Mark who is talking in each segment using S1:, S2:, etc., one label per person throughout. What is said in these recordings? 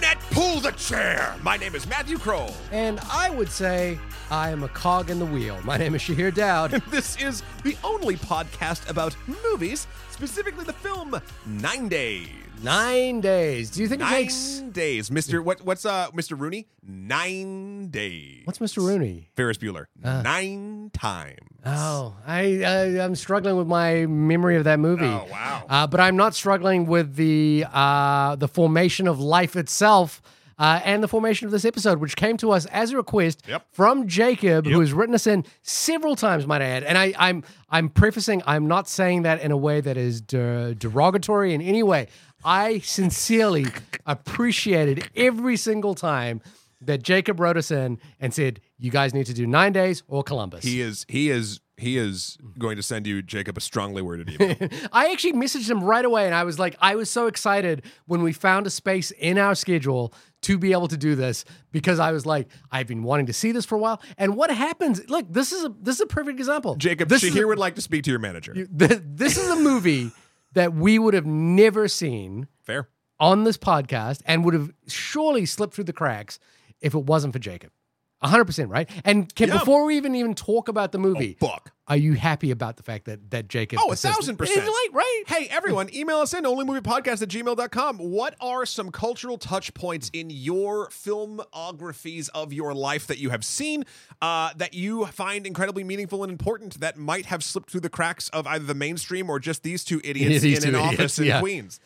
S1: the chair. My name is Matthew Kroll.
S2: And I would say I am a cog in the wheel. My name is Shahir Dowd.
S1: This is the only podcast about movies, specifically the film Nine Days.
S2: Nine days. Do you think
S1: Nine
S2: it takes.
S1: days, Mister. What? What's uh, Mister Rooney? Nine days.
S2: What's Mr. Rooney?
S1: Ferris Bueller? Nine times.
S2: Oh, I, I I'm struggling with my memory of that movie.
S1: Oh, wow.
S2: Uh, but I'm not struggling with the uh, the formation of life itself. Uh, and the formation of this episode, which came to us as a request
S1: Yep.
S2: from Jacob, who has written us in several times, might I add. And I, I'm I'm prefacing, I'm not saying that in a way that is de- derogatory in any way. I sincerely appreciated every single time that Jacob wrote us in and said, "You guys need to do nine days or Columbus."
S1: He is. He is. He is going to send you Jacob a strongly worded email.
S2: I actually messaged him right away and I was like, I was so excited when we found a space in our schedule to be able to do this because I was like, I've been wanting to see this for a while. And what happens? Look, this is a this is a perfect example.
S1: Jacob,
S2: this
S1: Shahir would like to speak to your manager.
S2: is a, th- this is a movie that we would have never seen
S1: Fair.
S2: on this podcast and would have surely slipped through the cracks if it wasn't for Jacob. 100% right and can,
S1: Yeah.
S2: before we even even talk about the movie
S1: Book.
S2: are you happy about the fact that that jacob
S1: Oh, a
S2: assisted-
S1: thousand percent.
S2: It's like, right
S1: Hey, everyone, email us in onlymoviepodcast at gmail.com. What are some cultural touch points in your filmographies of your life that you have seen uh, that you find incredibly meaningful and important that might have slipped through the cracks of either the mainstream or just these two idiots
S2: These
S1: in an
S2: two
S1: office
S2: idiots,
S1: in
S2: yeah.
S1: Queens?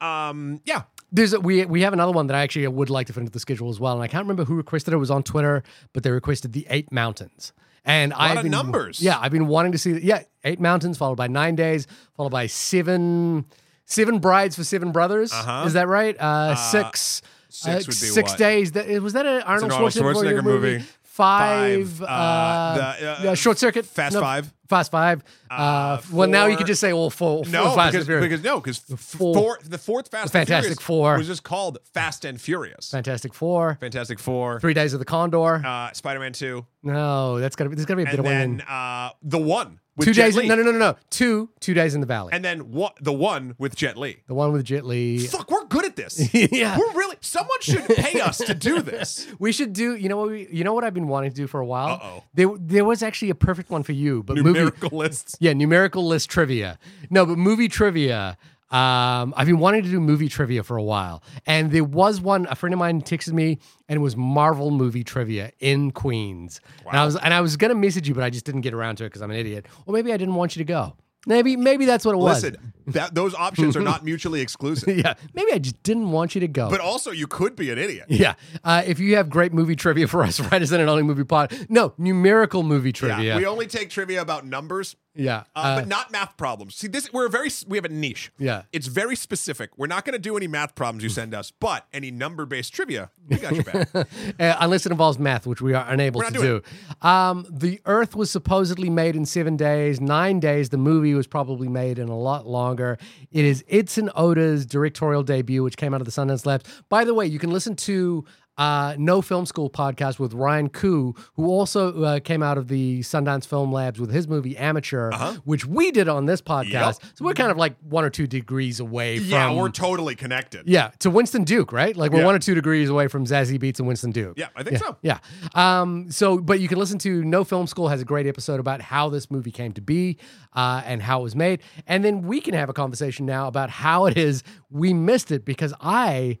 S1: Um, yeah.
S2: There's a, we we have another one that I actually would like to fit into the schedule as well, and I can't remember who requested it. It was on Twitter, but they requested the Eight Mountains, and I've
S1: of
S2: been,
S1: numbers.
S2: Yeah, I've been wanting to see. Yeah, Eight Mountains followed by Nine Days, followed by Seven Seven Brides for Seven Brothers. Uh-huh. Is that right? Uh, six uh,
S1: six would be
S2: six
S1: what?
S2: days. That, was that an Arnold,
S1: Arnold
S2: Schwarzenegger,
S1: Schwarzenegger
S2: movie?
S1: movie.
S2: Five,
S1: Five,
S2: uh,
S1: uh, the, uh,
S2: yeah, short circuit.
S1: Fast Five.
S2: Fast five. Uh, well, now you
S1: four-
S2: can just say all four.
S1: No,
S2: Fast and
S1: because,
S2: Furious.
S1: because no, because
S2: four-
S1: four, the fourth Fast and
S2: Fantastic
S1: Furious
S2: Four.
S1: was just called Fast and Furious.
S2: Fantastic Four.
S1: Fantastic Four,
S2: Three Days of the Condor.
S1: uh, Spider Man 2,
S2: No, that's gotta be. There's gotta be a bit
S1: and
S2: of
S1: then
S2: one.
S1: uh, The One with
S2: Two
S1: Jet
S2: days.
S1: Li.
S2: No, no, no, no, no. Two, two days in the valley.
S1: and then what the one with Jet Li.
S2: the one with Jet Li.
S1: Fuck, we're good at this.
S2: Yeah.
S1: We're really someone should pay us to do this.
S2: We should do. You know what? We, you know what I've been wanting to do for a while.
S1: Uh-oh.
S2: There, there was actually a perfect one for you, but movie.
S1: Numerical lists.
S2: Yeah, numerical list trivia. No, but movie trivia. Um, I've been wanting to do movie trivia for a while, and there was one. A friend of mine texted me, and it was Marvel movie trivia in Queens. And I was, and I was gonna message you, but I just didn't get around to it because I'm an idiot, or maybe I didn't want you to go. Maybe, maybe that's what it was.
S1: Listen, that those options are not mutually exclusive.
S2: Yeah, maybe I just didn't want you to go.
S1: But also you could be an idiot.
S2: yeah, uh, if you have great movie trivia for us, write us in an only movie pod. No, numerical movie
S1: Yeah,
S2: trivia. Yeah,
S1: We only take trivia about numbers. Uh,
S2: uh,
S1: but not math problems. See, this we're very we have a niche.
S2: Yeah. Hmm.
S1: it's very specific. We're not going to do any math problems you send us, but any number based trivia, we got your back.
S2: uh, unless it involves math, which we are unable to
S1: not
S2: do.
S1: doing
S2: Um, the Earth was supposedly made in seven days, nine days. The movie was probably made in a lot longer. It is Itzen Oda's directorial debut, which came out of the Sundance Labs. By the way, you can listen to. Uh, no Film School podcast with Ryan Koo, who also uh, came out of the Sundance Film Labs with his movie Amateur,
S1: Uh-huh.
S2: which we did on this podcast. So we're kind of like one or two degrees away from
S1: yeah, we're totally connected.
S2: yeah, to Winston Duke, right? Like we're
S1: Yeah.
S2: one or two degrees away from Zazie Beats and Winston Duke.
S1: Yeah, I think so.
S2: Yeah. Um, so, but you can listen to No Film School has a great episode about how this movie came to be uh, and how it was made. And then we can have a conversation now about how it is we missed it because I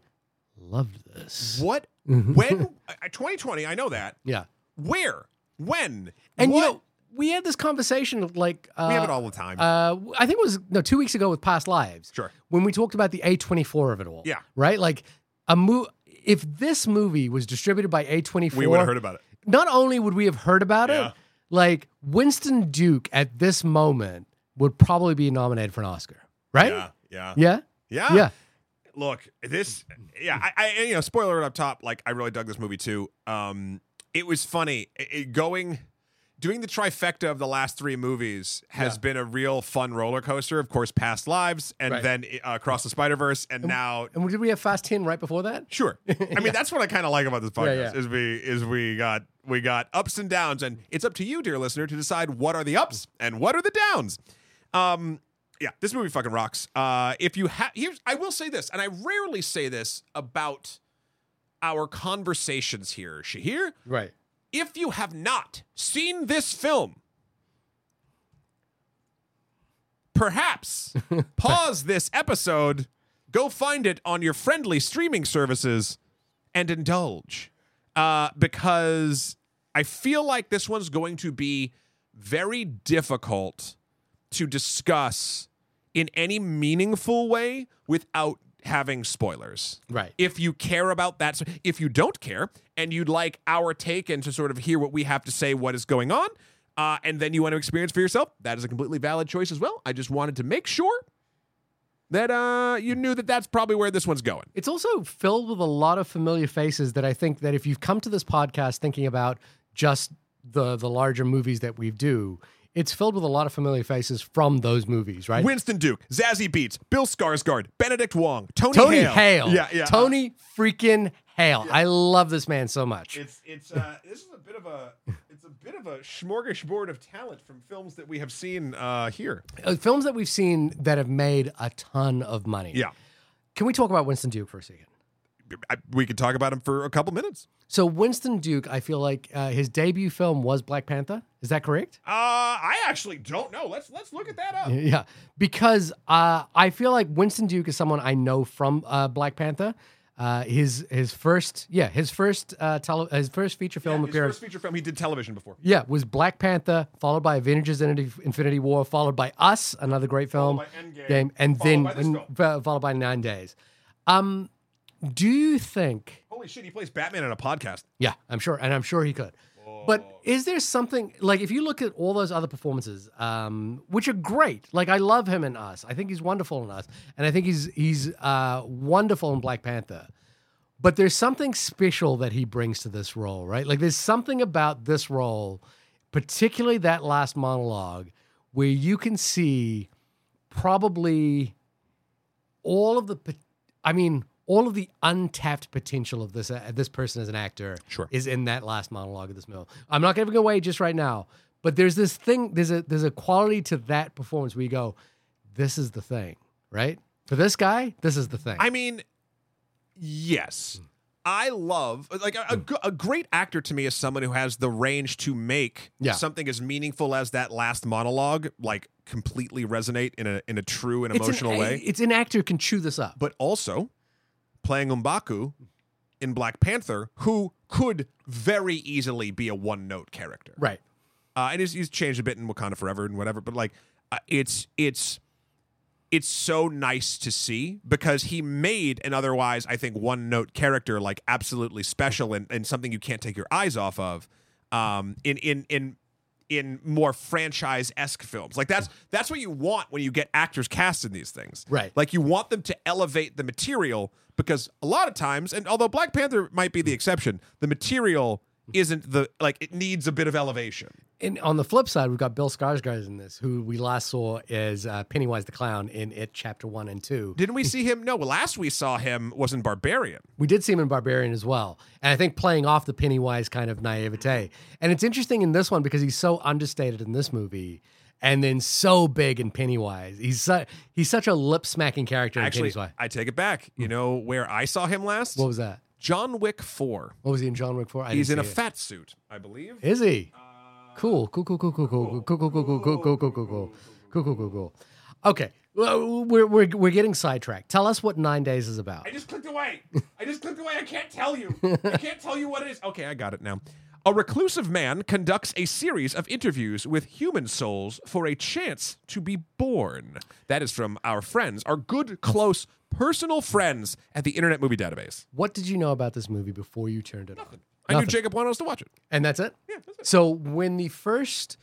S2: loved this.
S1: What? When? uh, 2020. I know that.
S2: Yeah.
S1: Where? When?
S2: And
S1: what?
S2: you know, we had this conversation like uh,
S1: we have it all the time.
S2: uh, I think it was no two weeks ago with Past Lives.
S1: Sure.
S2: When we talked about the A twenty four of it all.
S1: Yeah.
S2: Right. Like a mo- If this movie was distributed by A twenty four,
S1: we would have heard about it.
S2: Not only would we have heard about
S1: Yeah.
S2: it, like Winston Duke at this moment would probably be nominated for an Oscar. Right.
S1: Yeah, Ah. yeah,
S2: Yeah.
S1: yeah,
S2: Yeah.
S1: Look, this, yeah, I, I, and, you know, spoiler alert up top. Like, I really dug this movie too. Um, it was funny I- I- going, doing the trifecta of the last three movies has
S2: Yeah.
S1: been a real fun roller coaster. Of course, Past Lives, and
S2: Right.
S1: then uh, Across the Spider Verse, and now
S2: And did we have Fast Ten right before that?
S1: Sure. I mean, that's what I kind of like about this podcast
S2: Yeah, yeah.
S1: is we is we got we got ups and downs, and it's up to you, dear listener, to decide what are the ups and what are the downs. Um, yeah, this movie fucking rocks. Uh, if you have, here's I will say this, and I rarely say this about. I- our conversations here, Shahir.
S2: Right.
S1: If you have not seen this film, perhaps pause this episode, go find it on your friendly streaming services, and indulge. Uh, because I feel like this one's going to be very difficult to discuss in any meaningful way without having spoilers.
S2: Right.
S1: If you care about that, if you don't care and you'd like our take and to sort of hear what we have to say, what is going on, uh, and then you want to experience for yourself, that is a completely valid choice as well. I just wanted to make sure that uh, you knew that that's probably where this one's going.
S2: It's also filled with a lot of familiar faces that I think that if you've come to this podcast thinking about just the the larger movies that we do, it's filled with a lot of familiar faces from those movies, right?
S1: Winston Duke, Zazie Beats, Bill Skarsgård, Benedict Wong, Tony,
S2: Tony
S1: Hale.
S2: Hale.
S1: Yeah, yeah.
S2: Tony freaking Hale. I love this man so much.
S1: It's it's uh, this is a bit of a it's a bit of a smorgasbord of talent from films that we have seen uh, here.
S2: Uh, films that we've seen that have made a ton of money.
S1: Yeah,
S2: Can we talk about Winston Duke for a second?
S1: I, we could talk about him for a couple minutes.
S2: So Winston Duke, I feel like uh, his debut film was Black Panther. Is that correct?
S1: Uh, I actually don't know. Let's let's look at that up.
S2: Yeah, because uh, I feel like Winston Duke is someone I know from uh, Black Panther. Uh, his his first yeah his first uh, tele- his first feature film
S1: His
S2: appearance
S1: first feature film. He did television before.
S2: yeah was Black Panther followed by Avengers Infinity Infinity War followed by Us another great film
S1: by Endgame,
S2: game and
S1: followed
S2: then
S1: by this
S2: and
S1: film.
S2: fo- followed by Nine Days. Um, do you think
S1: Holy shit, he plays Batman in a podcast.
S2: Yeah, I'm sure, and I'm sure he could. But is there something like if you look at all those other performances, um, which are great? Like I love him in Us. I think he's wonderful in Us, and I think he's he's uh, wonderful in Black Panther. But there's something special that he brings to this role, right? Like there's something about this role, particularly that last monologue, where you can see probably all of the pot- I mean all of the untapped potential of this uh, this person as an actor
S1: Sure.
S2: is in that last monologue of this film. I'm not giving away just right now, but there's this thing there's a there's a quality to that performance where you go this is the thing, right? For this guy, this is the thing.
S1: I mean, yes.
S2: Hmm.
S1: I love like a, a g- a great actor to me is someone who has the range to make
S2: Yeah.
S1: something as meaningful as that last monologue like completely resonate in a in a true and
S2: It's an-
S1: emotional way.
S2: It's an actor who can chew this up.
S1: but also playing Umbaku in Black Panther, who could very easily be a one note character.
S2: Right.
S1: Uh, and he's, he's changed a bit in Wakanda Forever and whatever, but like uh, it's it's it's so nice to see because he made an otherwise I think one note character like absolutely special and, and something you can't take your eyes off of um, in in in in more franchise esque films like that's that's what you want when you get actors cast in these things
S2: Right.
S1: like you want them to elevate the material because a lot of times, and although Black Panther might be the exception, the material isn't the like it needs a bit of elevation.
S2: And on the flip side, we've got Bill Skarsgård in this, who we last saw as uh, Pennywise the Clown in It Chapter 1 and 2.
S1: Didn't we see him? No, last we saw him was in Barbarian.
S2: We did see him in Barbarian as well. And I think playing off the Pennywise kind of naivete. And it's interesting in this one because he's so understated in this movie and then so big in Pennywise. He's, su- he's such a lip smacking character in
S1: Actually,
S2: Pennywise.
S1: I take it back.
S2: Hmm.
S1: You know where I saw him last?
S2: What was that?
S1: John Wick Four.
S2: What was he in John Wick for? I
S1: He's in a
S2: didn't see it.
S1: fat suit, I believe.
S2: Is he? Cool. Cool. Cool. Cool. Cool. Cool. Cool. Cool. Cool. Cool. Cool. Cool. Cool. Cool. Cool. Cool. Cool. Cool. Cool. Okay. Well, we're we're we're getting sidetracked. Tell us what Nine Days is about.
S1: I just clicked away. I just clicked away. I can't tell you. I can't tell you what it is. Okay, I got it now. A reclusive man conducts a series of interviews with human souls for a chance to be born. That is from our friends, our good, close, personal friends at the Internet Movie Database.
S2: What did you know about this movie before you turned it on?
S1: I knew Jacob wanted us to watch it.
S2: And that's it.
S1: Yeah, that's it.
S2: So when the first,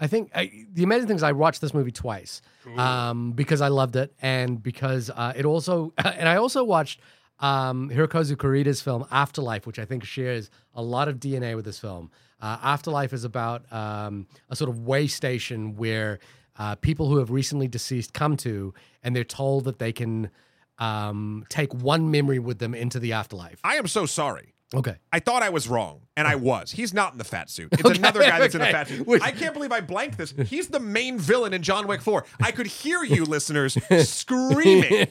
S2: I think I, the amazing thing is I watched this movie twice um, because I loved it and because uh, it also and I also watched um, Hirokazu Kurita's film Afterlife, which I think shares a lot of DNA with this film. Uh, Afterlife is about um, a sort of way station where uh, people who have recently deceased come to, and they're told that they can um, take one memory with them into the afterlife.
S1: I am so sorry.
S2: Okay.
S1: I thought I was wrong, and I was. He's not in the fat suit. It's another guy that's in
S2: okay.
S1: a fat suit.
S2: Which-
S1: I can't believe I blanked this. He's the main villain in John Wick 4. I could hear you listeners screaming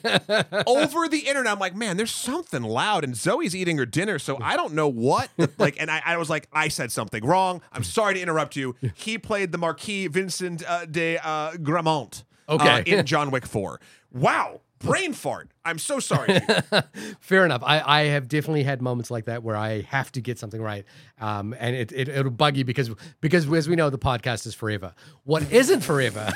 S1: over the internet. I'm like, man, there's something loud, and Zoe's eating her dinner, so I don't know what. the- like, and I, I was like, I said something wrong. I'm sorry to interrupt you. He played the Marquis Vincent uh, de uh, Gramont uh,
S2: Okay.
S1: in John Wick 4. Wow. Brain fart. I'm so sorry.
S2: Fair enough. I, I have definitely had moments like that where I have to get something right, um, and it, it it'll bug you because because as we know, the podcast is forever. What isn't forever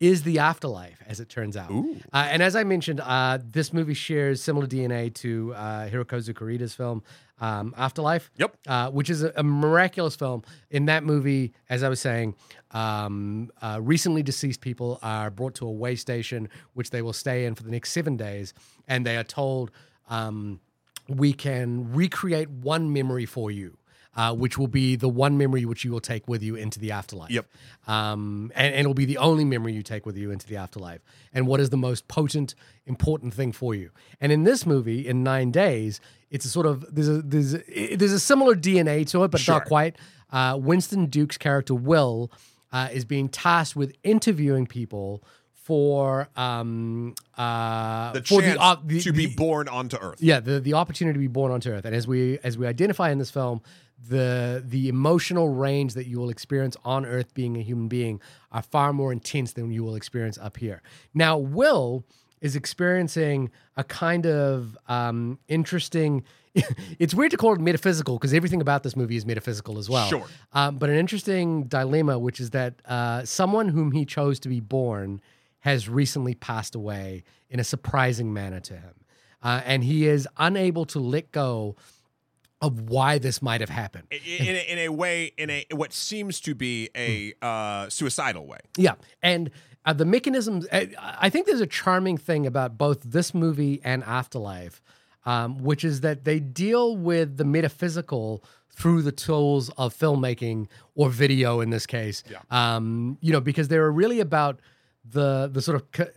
S2: is the afterlife, as it turns out.
S1: Ooh.
S2: Uh, and as I mentioned, uh, this movie shares similar DNA to uh, Hirokazu Kurita's film um, Afterlife.
S1: Yep.
S2: Uh, which is a, a miraculous film. In that movie, as I was saying, um, uh, recently deceased people are brought to a way station, which they will stay in for the next seven days, and they are told um, we can recreate one memory for you. Uh, which will be the one memory which you will take with you into the afterlife.
S1: Yep.
S2: Um, and, and it'll be the only memory you take with you into the afterlife. And what is the most potent, important thing for you? And in this movie, in Nine Days, it's a sort of there's a there's a, there's a similar DNA to it, but
S1: Sure.
S2: not quite. Uh, Winston Duke's character Will uh, is being tasked with interviewing people for um uh
S1: The
S2: for
S1: chance
S2: op-
S1: to be born onto Earth.
S2: yeah, the, the opportunity to be born onto Earth, and as we as we identify in this film, the the emotional range that you will experience on Earth being a human being are far more intense than you will experience up here. Now, Will is experiencing a kind of um, interesting. It's weird to call it metaphysical because everything about this movie is metaphysical as well.
S1: Sure.
S2: Um, but an interesting dilemma, which is that uh, someone whom he chose to be born has recently passed away in a surprising manner to him. Uh, and he is unable to let go of why this might have happened.
S1: I- in a, in a way in a what seems to be a uh, suicidal way.
S2: Yeah, and uh, the mechanisms. I, I think there's a charming thing about both this movie and Afterlife, um, which is that they deal with the metaphysical through the tools of filmmaking or video in this case.
S1: Yeah.
S2: Um, you know, because they're really about the the sort of co-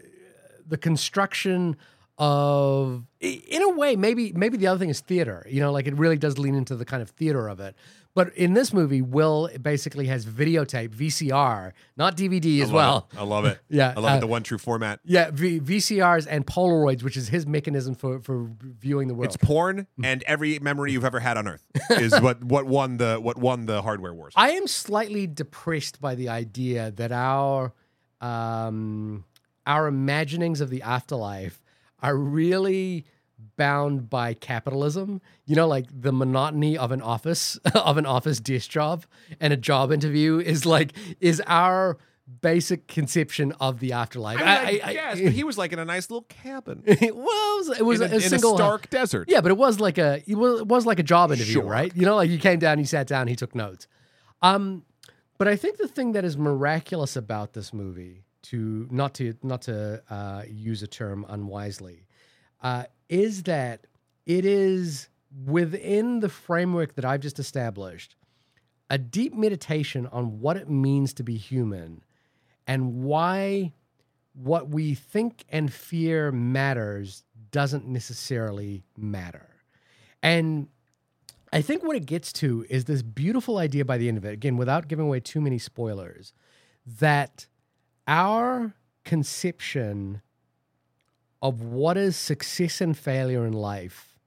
S2: the construction of i- in a way maybe maybe the other thing is theater you know like it really does lean into the kind of theater of it but in this movie will basically has videotape vcr not dvd as well
S1: I love it.
S2: Yeah,
S1: I love
S2: uh,
S1: it. The one true format.
S2: yeah v- vcrs and polaroids which is his mechanism for for viewing the world
S1: It's porn and every memory you've ever had on Earth is what what won the what won the hardware wars.
S2: I am slightly depressed by the idea that our um, our imaginings of the afterlife are really bound by capitalism. You know, like the monotony of an office of an office desk job and a job interview is like is our basic conception of the afterlife. I- I-
S1: guess,
S2: I-
S1: but he was like in a nice little cabin
S2: it was it was
S1: in, a,
S2: a,
S1: in a
S2: single
S1: stark desert.
S2: yeah, but it was like a it was, it was like a job interview,
S1: Sure.
S2: right? You know, like you came down, you sat down, he took notes. Um, but I think the thing that is miraculous about this movie, to not to not to uh, use a term unwisely, uh, is that it is within the framework that I've just established, a deep meditation on what it means to be human, and why what we think and fear matters doesn't necessarily matter. And I think what it gets to is this beautiful idea by the end of it, again, without giving away too many spoilers, that our conception of what is success and failure in life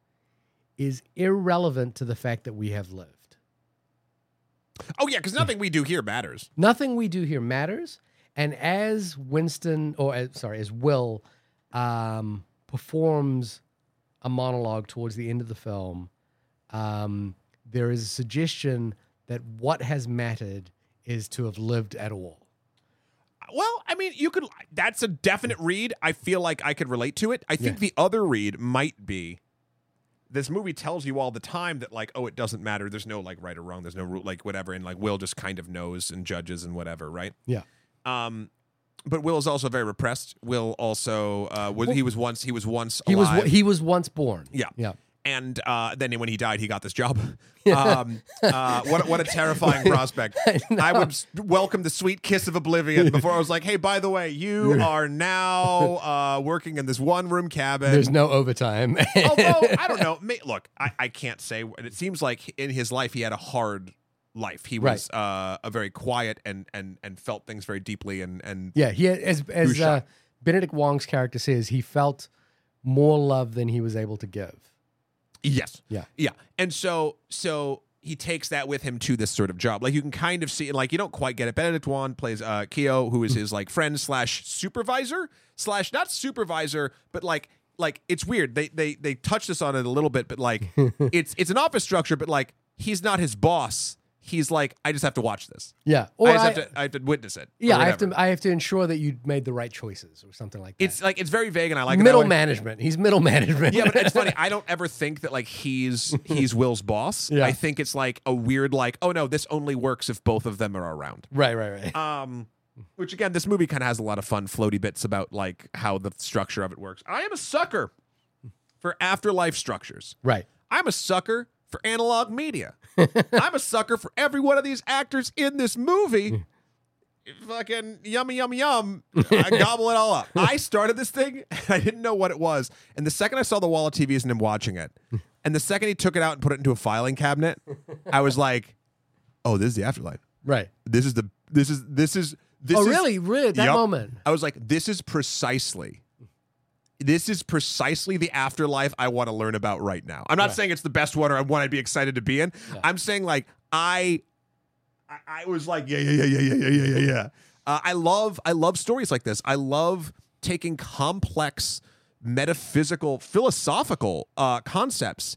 S2: is irrelevant to the fact that we have lived.
S1: Oh yeah, because nothing we do here matters.
S2: Nothing we do here matters. And as Winston, or as, sorry, as Will um, performs a monologue towards the end of the film, um, there is a suggestion that what has mattered is to have lived at all.
S1: Well, I mean, you could. That's a definite read. I feel like I could relate to it. I think the other read might be this movie tells you all the time that like, oh, it doesn't matter. There's no like right or wrong. There's no ru- like whatever, and like Will just kind of knows and judges and whatever, right?
S2: Yeah.
S1: Um, but Will is also very repressed. Will also uh, was,
S2: Well-
S1: he was once he was once
S2: He
S1: alive.
S2: was he was once born.
S1: Yeah.
S2: yeah.
S1: and uh, then when he died, he got this job. Um, uh, what what a terrifying prospect! I, would s- welcome the sweet kiss of oblivion before I was like, "Hey, by the way, you are now uh, working in this one room cabin."
S2: There's no overtime.
S1: Although I don't know, may, look, I, I can't say. It seems like in his life he had a hard life. He was uh, a very quiet and and and felt things very deeply and and
S2: yeah, he as as
S1: Bouchard.
S2: uh, Benedict Wong's character says, he felt more love than he was able to give.
S1: Yes.
S2: Yeah.
S1: Yeah. And so so he takes that with him to this sort of job. Like you can kind of see like you don't quite get it. Benedict Wan plays uh Keo, who is his like friend slash supervisor, slash not supervisor, but like like it's weird. They they they touch this on it a little bit, but like it's it's an office structure, but like he's not his boss. He's like, I just have to watch this.
S2: Yeah, or
S1: I just
S2: I-
S1: have to I have to witness it. or
S2: yeah, I have
S1: whatever.
S2: to I have to ensure that you made the right choices or something like that.
S1: it's like it's very vague and I like it that
S2: middle
S1: way.
S2: management. He's middle management.
S1: Yeah, but it's funny. I don't ever think that like he's he's Will's boss.
S2: Yeah.
S1: I think it's like a weird like, oh no, this only works if both of them are around.
S2: right, right, right.
S1: Um which again, this movie kind of has a lot of fun floaty bits about like how the structure of it works. I am a sucker for afterlife structures.
S2: right.
S1: I'm a sucker for analog media. I'm a sucker for every one of these actors in this movie. Fucking yum yum yum. I gobble it all up. I started this thing and I didn't know what it was. And the second I saw the wall of TVs and him watching it, and the second he took it out and put it into a filing cabinet, I was like, Oh, this is the afterlife.
S2: Right.
S1: This is the this is this is this
S2: oh,
S1: is,
S2: really? Really? At that
S1: Yup.
S2: moment?
S1: I was like, this is precisely this is precisely the afterlife I want to learn about right now. I'm not
S2: Right.
S1: saying it's the best one or one I'd be excited to be in.
S2: Yeah.
S1: I'm saying like I, I I was like, yeah, yeah, yeah, yeah, yeah, yeah, yeah, yeah. Uh, I love I love stories like this. I love taking complex metaphysical, philosophical uh, concepts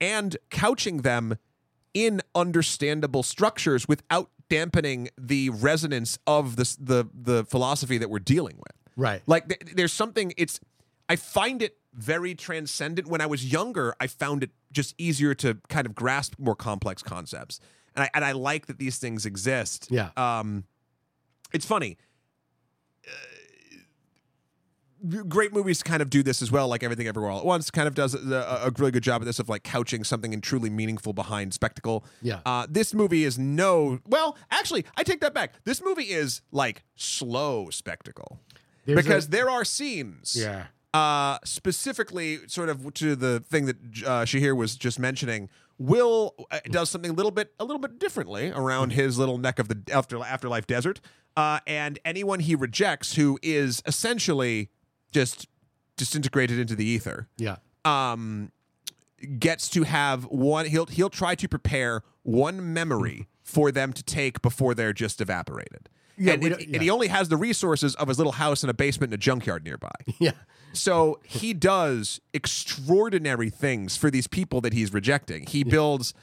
S1: and couching them in understandable structures without dampening the resonance of the the, the philosophy that we're dealing with.
S2: Right.
S1: Like th- there's something it's I find it very transcendent. When I was younger, I found it just easier to kind of grasp more complex concepts. And I and I like that these things exist.
S2: Yeah.
S1: Um it's funny. Uh, Great movies kind of do this as well, like Everything Everywhere All at Once kind of does a, a a really good job of this, of like couching something in truly meaningful behind spectacle.
S2: Yeah.
S1: Uh, this movie is no, well, actually, I take that back. This movie is like slow spectacle
S2: There's
S1: because
S2: a-
S1: there are scenes.
S2: yeah.
S1: Uh, specifically, sort of to the thing that uh, Shahir was just mentioning, Will uh, does something a little bit a little bit differently around his little neck of the after afterlife desert, uh, and anyone he rejects who is essentially just disintegrated into the ether
S2: Yeah.
S1: um, gets to have one. He'll he'll try to prepare one memory for them to take before they're just evaporated.
S2: Yeah,
S1: and, it-
S2: we don't-
S1: and he
S2: yeah.
S1: only has the resources of his little house and a basement and a junkyard nearby.
S2: Yeah.
S1: So he does extraordinary things for these people that he's rejecting. He builds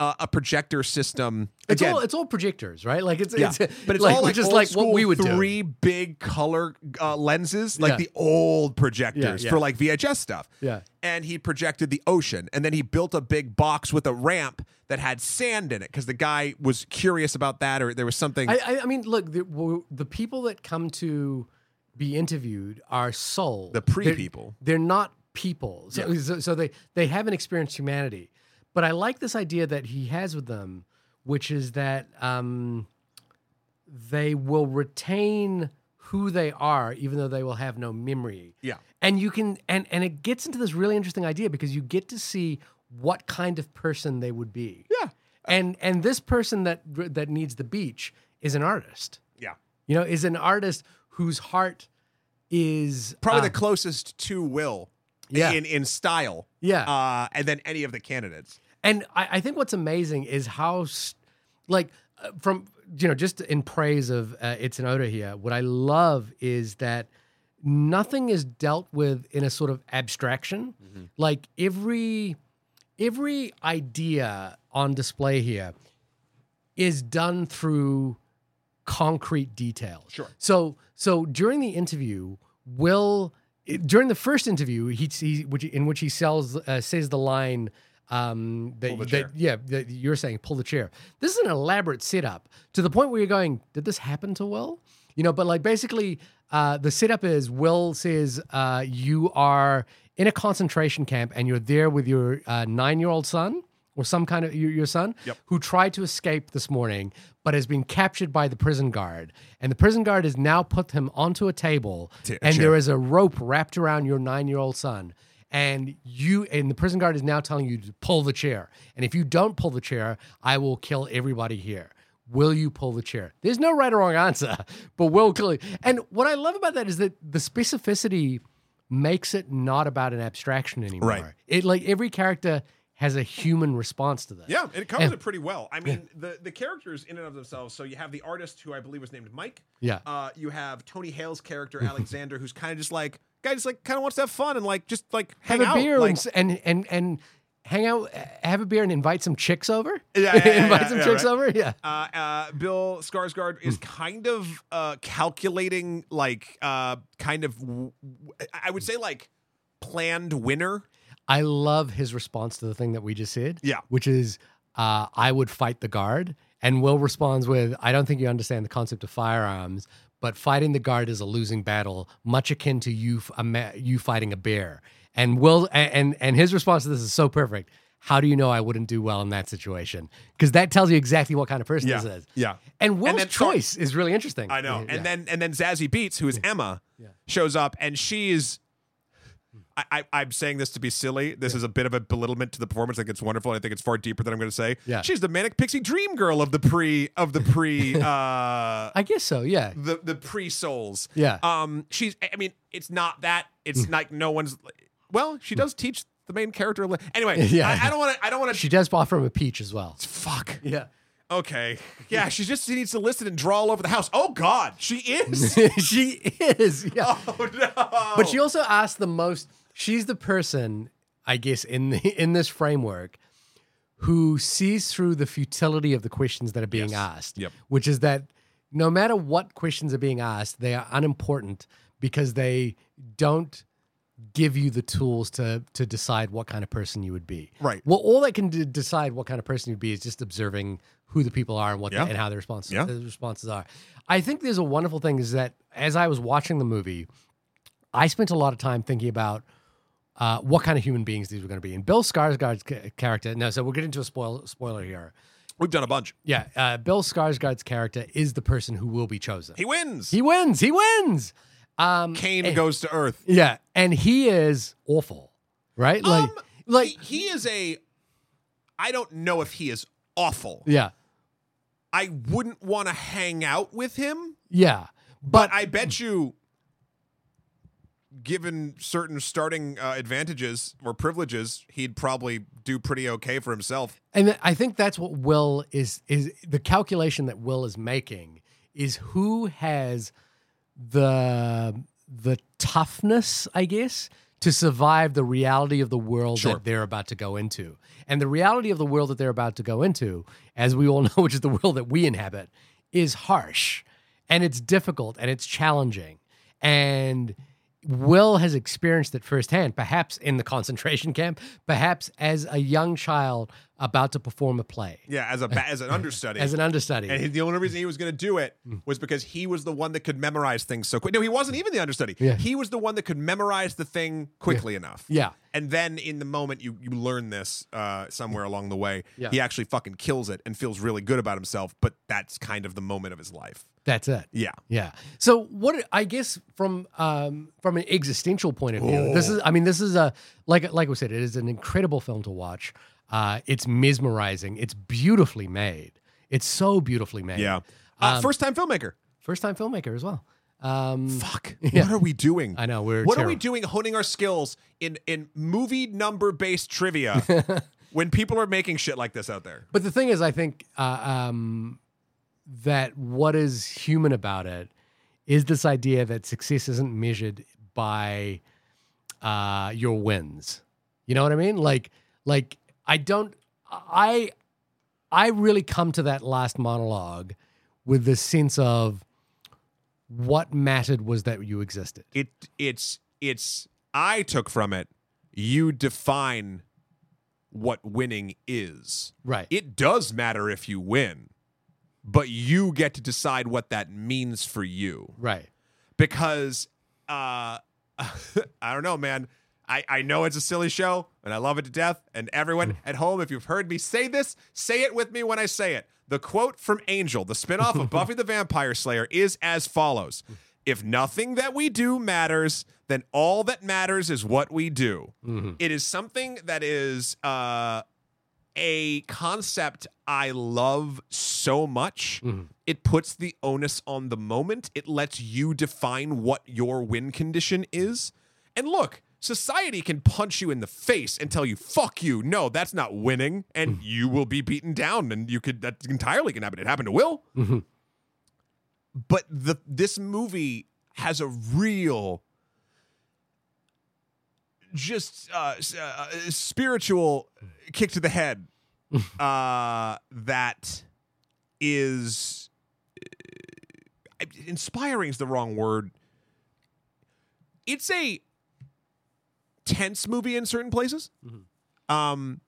S1: uh, a projector system.
S2: It's
S1: Again,
S2: all it's all projectors, right? Like it's
S1: yeah.
S2: it's
S1: but it's
S2: like,
S1: all like
S2: which is
S1: old
S2: like
S1: school
S2: what we would do.
S1: three big color uh, lenses, like
S2: Yeah.
S1: the old projectors
S2: yeah.
S1: for like VHS stuff.
S2: Yeah.
S1: And he projected the ocean, and then he built a big box with a ramp that had sand in it because the guy was curious about that, or there was something.
S2: I, I I mean, look, the, w- the people that come to be interviewed are soul.
S1: The pre
S2: They're-
S1: people.
S2: They're, not people. So, so, so they they haven't experienced humanity. But I like this idea that he has with them, which is that um, they will retain who they are, even though they will have no memory.
S1: Yeah.
S2: And you can and and it gets into this really interesting idea because you get to see what kind of person they would be.
S1: yeah,
S2: And and this person that that needs the beach is an artist.
S1: yeah.
S2: You know, is an artist whose heart is
S1: Probably
S2: uh,
S1: the closest to Will,
S2: Yeah.
S1: in in style,
S2: yeah.
S1: uh, and then any of the candidates.
S2: and I, I think what's amazing is how, s- like, uh, from you know, just in praise of uh, it's an odor here. What I love is that nothing is dealt with in a sort of abstraction. Like every every idea on display here is done through concrete detail.
S1: Sure.
S2: So so during the interview, Will during the first interview, he, he which in which he sells uh, says the line um, that,
S1: Pull the
S2: that-
S1: chair.
S2: yeah that you're saying pull the chair. This is an elaborate setup to the point where you're going, did this happen to Will? You know, but like basically, uh, the sit up is Will says uh, you are in a concentration camp and you're there with your uh, nine year old son or some kind of your, your son
S1: Yep.
S2: who tried to escape this morning but has been captured by the prison guard and the prison guard has now put him onto a table
S1: To-
S2: and
S1: sure.
S2: there is a rope wrapped around your nine-year-old son and you and the prison guard is now telling you to pull the chair and if you don't pull the chair i will kill everybody here will you pull the chair there's no right or wrong answer but will kill you and what i love about that is that the specificity makes it not about an abstraction anymore
S1: Right.
S2: it like every character has a human response to this
S1: Yeah, and it covers
S2: And-
S1: it pretty well. I mean, the the characters in and of themselves. So you have the artist who I believe was named Mike.
S2: Yeah.
S1: Uh, you have Tony Hale's character Alexander, who's kind of just like guy, just like kind of wants to have fun and like just like hang
S2: have a
S1: out.
S2: beer
S1: like,
S2: and, s- and and and hang out, have a beer, and invite some chicks over.
S1: Yeah, yeah, yeah,
S2: invite
S1: yeah,
S2: some
S1: yeah,
S2: chicks Hmm.
S1: right.
S2: over. Yeah,
S1: uh, uh, Bill Skarsgård is kind of uh, calculating, like, uh, kind of, w- w- I would say, like, planned winner.
S2: I love his response to the thing that we just said.
S1: Yeah.
S2: which is, uh, I would fight the guard, and Will responds with, "I don't think you understand the concept of firearms." But fighting the guard is a losing battle, much akin to you f- a ma- you fighting a bear. And Will a- and and his response to this is so perfect. How do you know I wouldn't do well in that situation? Because that tells you exactly what kind of person this is.
S1: Yeah.
S2: And Will's
S1: then Tar-
S2: choice is really interesting.
S1: I know.
S2: Yeah, yeah.
S1: And then and then Zazie Beats, who is Emma, shows up and she's I, I, I'm saying this to be silly. This is a bit of a belittlement to the performance. I think it's wonderful. And I think it's far deeper than I'm going to say.
S2: Yeah.
S1: She's the manic pixie dream girl of the pre of the pre uh,
S2: I guess so. Yeah.
S1: the the pre souls.
S2: Yeah. Hmm.
S1: Um. She's. I mean, it's not that. It's like no one's. Well, she does teach the main character. li- Anyway.
S2: Yeah.
S1: I, I don't want to. I don't want to.
S2: She does offer him a peach as well.
S1: Fuck.
S2: Yeah.
S1: Okay. Yeah. She just needs to listen and draw all over the house. Oh God. She is.
S2: she is. Yeah.
S1: oh no.
S2: But she also asked the most she's the person, I guess, in the in this framework who sees through the futility of the questions that are being asked.
S1: Yep.
S2: Which is that no matter what questions are being asked, they are unimportant because they don't give you the tools to to decide what kind of person you would be.
S1: Right.
S2: Well, all that can d- decide what kind of person you'd be is just observing who the people are and what
S1: Yeah.
S2: and how their responses
S1: Yeah.
S2: their responses are. I think there's a wonderful thing is that as I was watching the movie, I spent a lot of time thinking about uh, what kind of human beings these were going to be. And Bill Skarsgård's ca- character. No, so we're getting to a spoil spoiler here.
S1: We've done a bunch.
S2: Yeah, uh, Bill Skarsgård's character is the person who will be chosen.
S1: He wins.
S2: He wins. He wins. Um,
S1: Kane goes to Earth.
S2: yeah, and he is awful, right? Like,
S1: um,
S2: like,
S1: he, he is a. I don't know if he is awful.
S2: yeah,
S1: I wouldn't want to hang out with him,
S2: yeah.
S1: but
S2: But
S1: I bet you, given certain starting uh, advantages or privileges, he'd probably do pretty okay for himself.
S2: And th- I think that's what Will is is the calculation that Will is making is who has the the toughness, I guess, to survive the reality of the world
S1: Sure.
S2: that they're about to go into. And the reality of the world that they're about to go into, as we all know, which is the world that we inhabit, is harsh and it's difficult and it's challenging. And Will has experienced it firsthand, perhaps in the concentration camp, perhaps as a young child about to perform a play,
S1: Yeah, as a ba- as an understudy.
S2: as an Hmm. understudy.
S1: and he, the only reason he was going to do it was because he was the one that could memorize things so quick. No, he wasn't even the understudy.
S2: Yeah.
S1: He was the one that could memorize the thing quickly enough.
S2: yeah.
S1: And then in the moment you you learn this uh, somewhere along the way,
S2: Yeah.
S1: he actually fucking kills it and feels really good about himself. But that's kind of the moment of his life.
S2: That's it.
S1: Yeah.
S2: Yeah. So what I guess from um from an existential point of view, this is I mean this is a like like we said it is an incredible film to watch. Uh it's mesmerizing. It's beautifully made. It's so beautifully made.
S1: Yeah. Uh,
S2: Um,
S1: first time filmmaker.
S2: First time filmmaker as well. Um
S1: Fuck. What are we doing?
S2: I know, we're
S1: What are we
S2: terrible.
S1: doing? Honing our skills in in movie number based trivia when people are making shit like this out there.
S2: But the thing is, I think uh, um, that what is human about it is this idea that success isn't measured by uh, your wins. You know what I mean? Like, like I don't, I, I really come to that last monologue with this sense of what mattered was that you existed.
S1: it it's it's i took from it you define what winning is
S2: Right.
S1: it does matter if you win but you get to decide what that means for you
S2: Right.
S1: because uh I don't know, man. I, I know it's a silly show and I love it to death. And everyone at home, if you've heard me say this, say it with me when I say it. The quote from Angel, the spinoff of Buffy the Vampire Slayer, is as follows If nothing that we do matters, then all that matters is what we do.
S2: Mm-hmm.
S1: It is something that is uh, a concept I love so much. It puts the onus on the moment. It lets you define what your win condition is. And look, society can punch you in the face and tell you, fuck you. No, that's not winning. And you will be beaten down. And you could, that entirely can happen. It happened to Will
S2: Mm-hmm.
S1: but the this movie has a real just uh, s- uh spiritual kick to the head uh that is uh, inspiring is the wrong word it's a tense movie in certain places um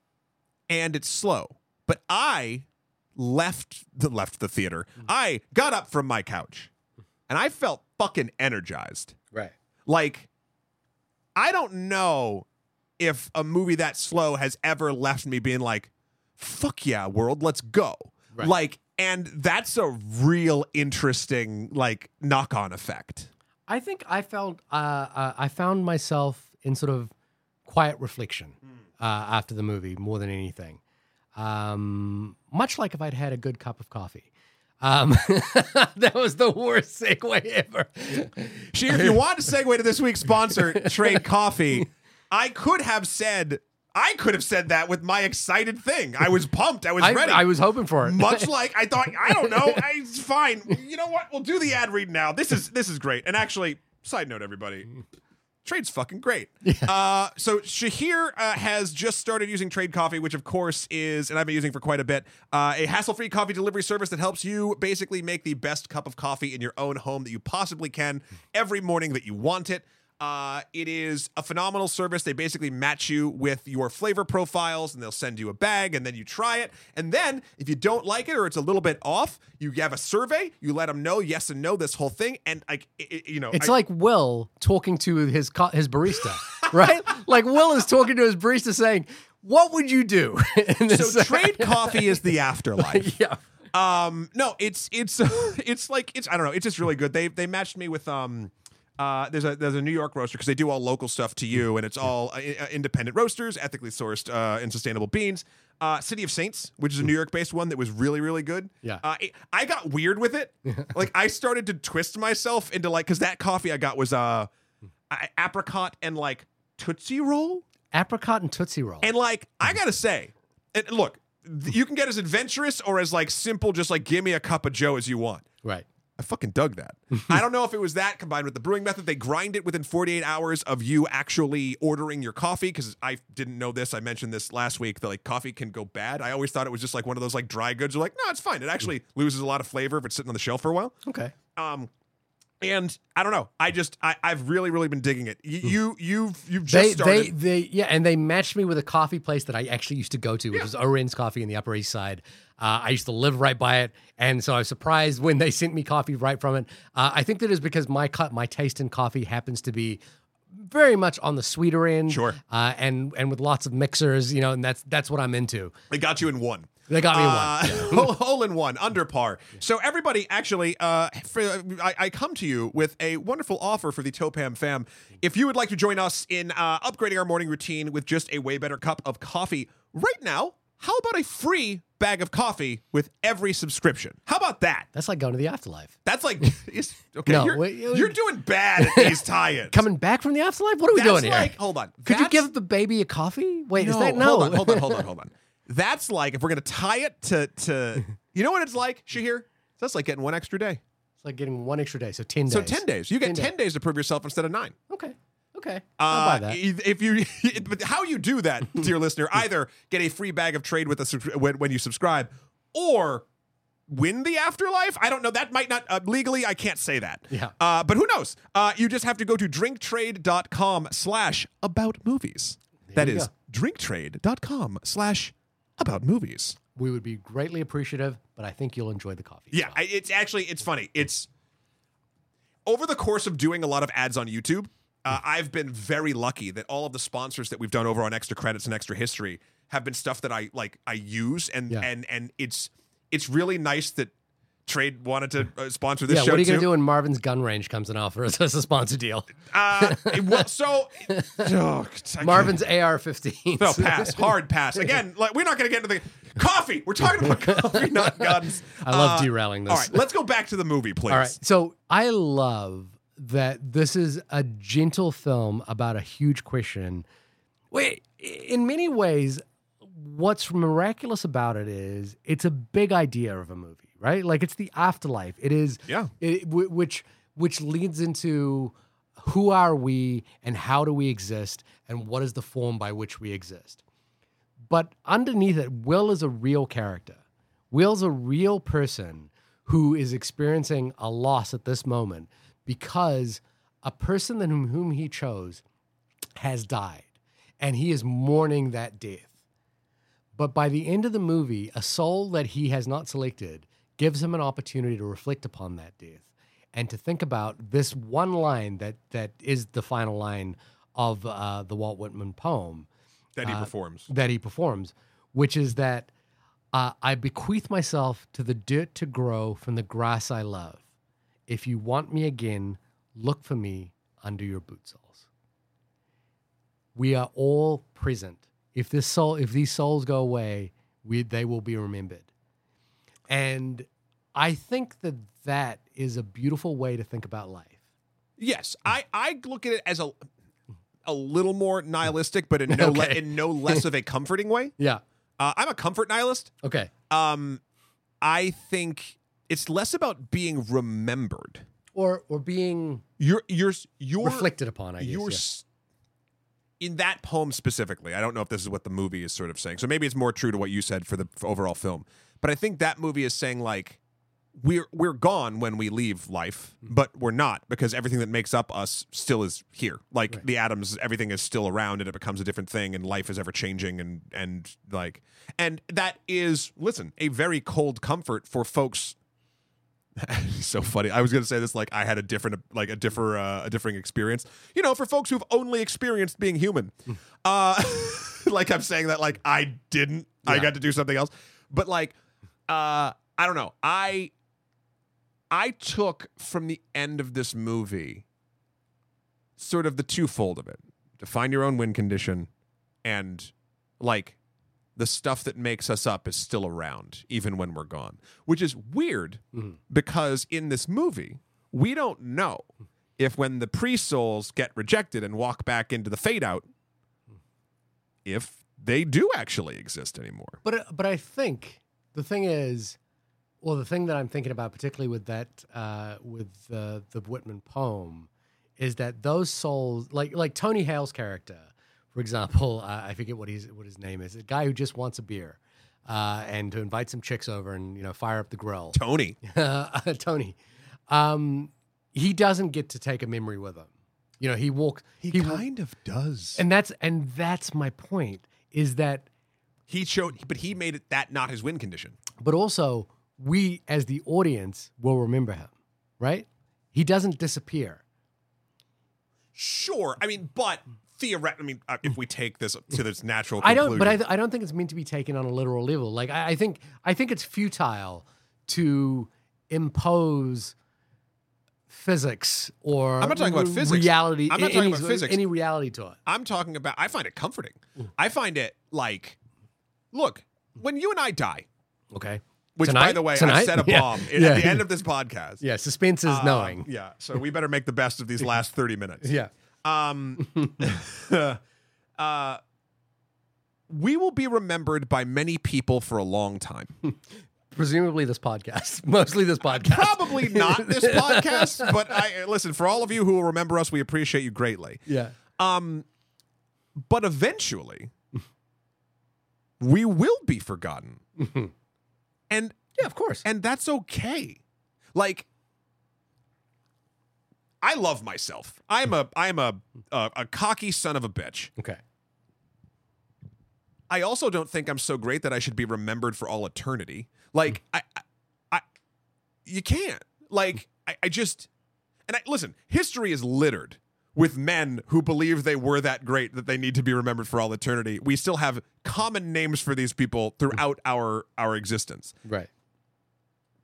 S1: and it's slow but i left the left the theater. I got up from my couch and I felt fucking energized.
S2: Right.
S1: Like I don't know if a movie that slow has ever left me being like fuck yeah world, let's go.
S2: Right.
S1: Like and that's a real interesting like knock-on effect.
S2: I think I felt uh, uh, I found myself in sort of quiet reflection
S1: Hmm.
S2: uh, after the movie more than anything. Um, much like if I'd had a good cup of coffee. Um, that was the worst segue ever.
S1: She, if you want to segue to this week's sponsor, Trade Coffee, I could have said I could have said that with my excited thing. I was pumped. I was
S2: I,
S1: ready.
S2: I was hoping for it.
S1: much like I thought. I don't know. I, it's fine. You know what? We'll do the ad read now. This is this is great. And actually, side note, everybody. Trade's fucking great. Uh, so Shahir uh, has just started using Trade Coffee, which of course is, and I've been using for quite a bit, uh, a hassle-free coffee delivery service that helps you basically make the best cup of coffee in your own home that you possibly can every morning that you want it. Uh, it is a phenomenal service. They basically match you with your flavor profiles and they'll send you a bag and then you try it. And then if you don't like it or it's a little bit off, you have a survey, you let them know yes and no, this whole thing. And like, it, it- you know,
S2: It's
S1: I-
S2: like Will talking to his co- his barista, right? like Will is talking to his barista, saying, "What would you do?" And it's
S1: so
S2: like,
S1: trade coffee is the afterlife.
S2: yeah,
S1: Um, no, it's it's it's like it's I don't know. It's just really good. They they matched me with um. Uh, there's a there's a New York roaster because they do all local stuff to you, and it's all uh, i- uh, independent roasters, ethically sourced uh, and sustainable beans. Uh, City of Saints, which is a New York based one that was really really good.
S2: Yeah.
S1: uh, it- I got weird with it. like I started to twist myself into like because that coffee I got was uh, a- apricot and like tootsie roll.
S2: apricot and tootsie roll.
S1: And like, I gotta say, and look, th- you can get as adventurous or as like simple, just like give me a cup of Joe as you want.
S2: right.
S1: I fucking dug that. I don't know if it was that combined with the brewing method. They grind it within 48 hours of you actually ordering your coffee because I didn't know this. I mentioned this last week that like coffee can go bad. I always thought it was just like one of those like dry goods. You're like, no, it's fine. It actually loses a lot of flavor if it's sitting on the shelf for a while.
S2: Okay.
S1: Um, and I don't know. I just I, I've really really been digging it. Y- you you've you've just
S2: They,
S1: started.
S2: they, they, yeah, and they matched me with a coffee place that I actually used to go to, which was Oren's Coffee in the Upper East Side. Uh, I used to live right by it, and so I was surprised when they sent me coffee right from it. Uh, I think that is because my co- my taste in coffee happens to be very much on the sweeter end,
S1: Sure.
S2: uh, and and with lots of mixers, you know, and that's that's what I'm into.
S1: They got you in one.
S2: They got me in one,
S1: in one. Uh, hole in one, under par. So everybody, actually, uh, for, I, I come to you with a wonderful offer for the Topam fam. If you would like to join us in uh, upgrading our morning routine with just a way better cup of coffee right now, how about a free bag of coffee with every subscription? How about that?
S2: That's like going to the afterlife.
S1: That's like, is- okay,
S2: No,
S1: you're,
S2: wait, you-
S1: you're doing bad at these tie-ins.
S2: Coming back from the afterlife? What are we
S1: That's
S2: doing
S1: like,
S2: here?
S1: hold on.
S2: Could you
S1: That's-
S2: give the baby a coffee? Wait, is that no?
S1: Hold on, hold on, hold on, hold on. That's like if we're gonna tie it to to you know what it's like, Shahir? That's like getting one extra day.
S2: it's like getting one extra day, so ten days.
S1: So ten days. You get
S2: 10
S1: ten,
S2: days.
S1: days. to prove yourself instead of nine.
S2: Okay. Okay.
S1: Uh,
S2: I'll buy that.
S1: if- If you, but how you do that, dear listener, either get a free bag of trade with a subscri- when, when you subscribe, or win the afterlife. I don't know. That might not uh, legally. I can't say that.
S2: Yeah.
S1: Uh, but who knows? Uh, you just have to go to drinktrade.com/slash about movies. That
S2: you
S1: is drinktrade.com/slash about movies.
S2: We would be greatly appreciative, but I think you'll enjoy the coffee. as
S1: Yeah,
S2: well.
S1: I, it's actually it's funny. It's over the course of doing a lot of ads on YouTube, uh, I've been very lucky that all of the sponsors that we've done over on Extra Credits and Extra History have been stuff that I like I use and
S2: Yeah.
S1: and and it's it's really nice that Trade wanted to uh, sponsor this
S2: yeah,
S1: show
S2: what are you
S1: too.
S2: gonna do when Marvin's gun range comes and offers us a sponsor deal?
S1: Uh, it- well, so Oh, I can't-
S2: Marvin's AR-15.
S1: No, pass. Hard pass. Again, like we're not going to get into the coffee. We're talking about coffee, not guns.
S2: I love derailing this.
S1: uh, All right, let's go back to the movie, please.
S2: All right. So I love that this is a gentle film about a huge question. Wait, in many ways, what's miraculous about it is it's a big idea of a movie, right? Like it's the afterlife. It is,
S1: Yeah.
S2: it, whi- which which leads into who are we and how do we exist and what is the form by which we exist. But underneath it, Will is a real character. Will's a real person who is experiencing a loss at this moment because a person that whom, whom he chose has died and he is mourning that death. But by the end of the movie, a soul that he has not selected gives him an opportunity to reflect upon that death and to think about this one line that, that is the final line of uh, the Walt Whitman poem
S1: That
S2: Uh,
S1: he performs.
S2: that he performs, which is that uh, I bequeath myself to the dirt to grow from the grass I love. If you want me again, look for me under your boot soles. We are all present. If this soul, if these souls go away, we, they will be remembered. And I think that that is a beautiful way to think about life.
S1: Yes, I I look at it as a a little more nihilistic, but in no le-
S2: Okay.
S1: in no less of a comforting way.
S2: Yeah.
S1: Uh, I'm a comfort nihilist.
S2: Okay.
S1: Um, I think it's less about being remembered.
S2: Or or being
S1: You're you're you're
S2: reflected upon. I guess.
S1: you're
S2: yeah.
S1: s- in that poem specifically. I don't know if this is what the movie is sort of saying. So maybe it's more true to what you said for the f overall film. But I think that movie is saying like we're we're gone when we leave life,
S2: Mm-hmm.
S1: but we're not because everything that makes up us still is here. Like
S2: Right.
S1: the atoms, everything is still around, and it becomes a different thing, and life is ever changing, and and like and that is listen a very cold comfort for folks. so funny. I was gonna say this like I had a different like a differ uh, a differing experience. You know, for folks who've only experienced being human. uh, like I'm saying that like I didn't. I
S2: Yeah.
S1: got to do something else. But like, uh, I don't know. I I took from the end of this movie sort of the twofold of it define your own win condition and like the stuff that makes us up is still around even when we're gone which is weird
S2: Mhm.
S1: because in this movie we don't know if when the pre-souls get rejected and walk back into the fade out if they do actually exist anymore
S2: But but I think the thing is, well, the thing that I'm thinking about, particularly with that uh, with the the Whitman poem, is that those souls, like like Tony Hale's character, for example, uh, I forget what his what his name is, a guy who just wants a beer, uh, and to invite some chicks over and you know fire up the grill.
S1: tony
S2: Tony, um, he doesn't get to take a memory with him. You know, he walk wa-
S1: of does
S2: and that's and that's my point is that
S1: he showed but he made it that not his win condition
S2: but also we as the audience will remember him, right? He doesn't disappear.
S1: sure i mean but theoretically i mean uh, if we take this to this natural
S2: I don't, but I,
S1: conclusion-
S2: I don't think it's meant to be taken on a literal level. Like I, I think, I think it's futile to impose physics or
S1: I'm not talking about
S2: re-
S1: physics.
S2: reality.
S1: I'm not
S2: a-
S1: talking
S2: any-
S1: about physics.
S2: Any reality to it.
S1: I'm talking about. I find it comforting. I find it like, look, when you and I die,
S2: Okay.
S1: which by
S2: Tonight?
S1: the way, I
S2: Tonight?
S1: set a
S2: Yeah.
S1: bomb at
S2: Yeah.
S1: the end of this podcast.
S2: Yeah. Suspense is
S1: Um,
S2: knowing.
S1: Yeah. So we better make the best of these last 30 minutes.
S2: Yeah.
S1: Um, uh, we will be remembered by many people for a long time.
S2: Presumably this podcast. Mostly this podcast.
S1: Probably not this podcast, but I listen for all of you who will remember us. We appreciate you greatly.
S2: Yeah.
S1: Um, but eventually, we will be forgotten,
S2: Mhm.
S1: and
S2: Yeah. Of course.
S1: and that's okay. Like, I love myself. I'm a I'm a a, a cocky son of a bitch.
S2: Okay.
S1: I also don't think I'm so great that I should be remembered for all eternity. Like I, I, I you can't. Like I, I just, and I listen. History is littered with men who believe they were that great that they need to be remembered for all eternity. We still have common names for these people throughout our our existence.
S2: Right.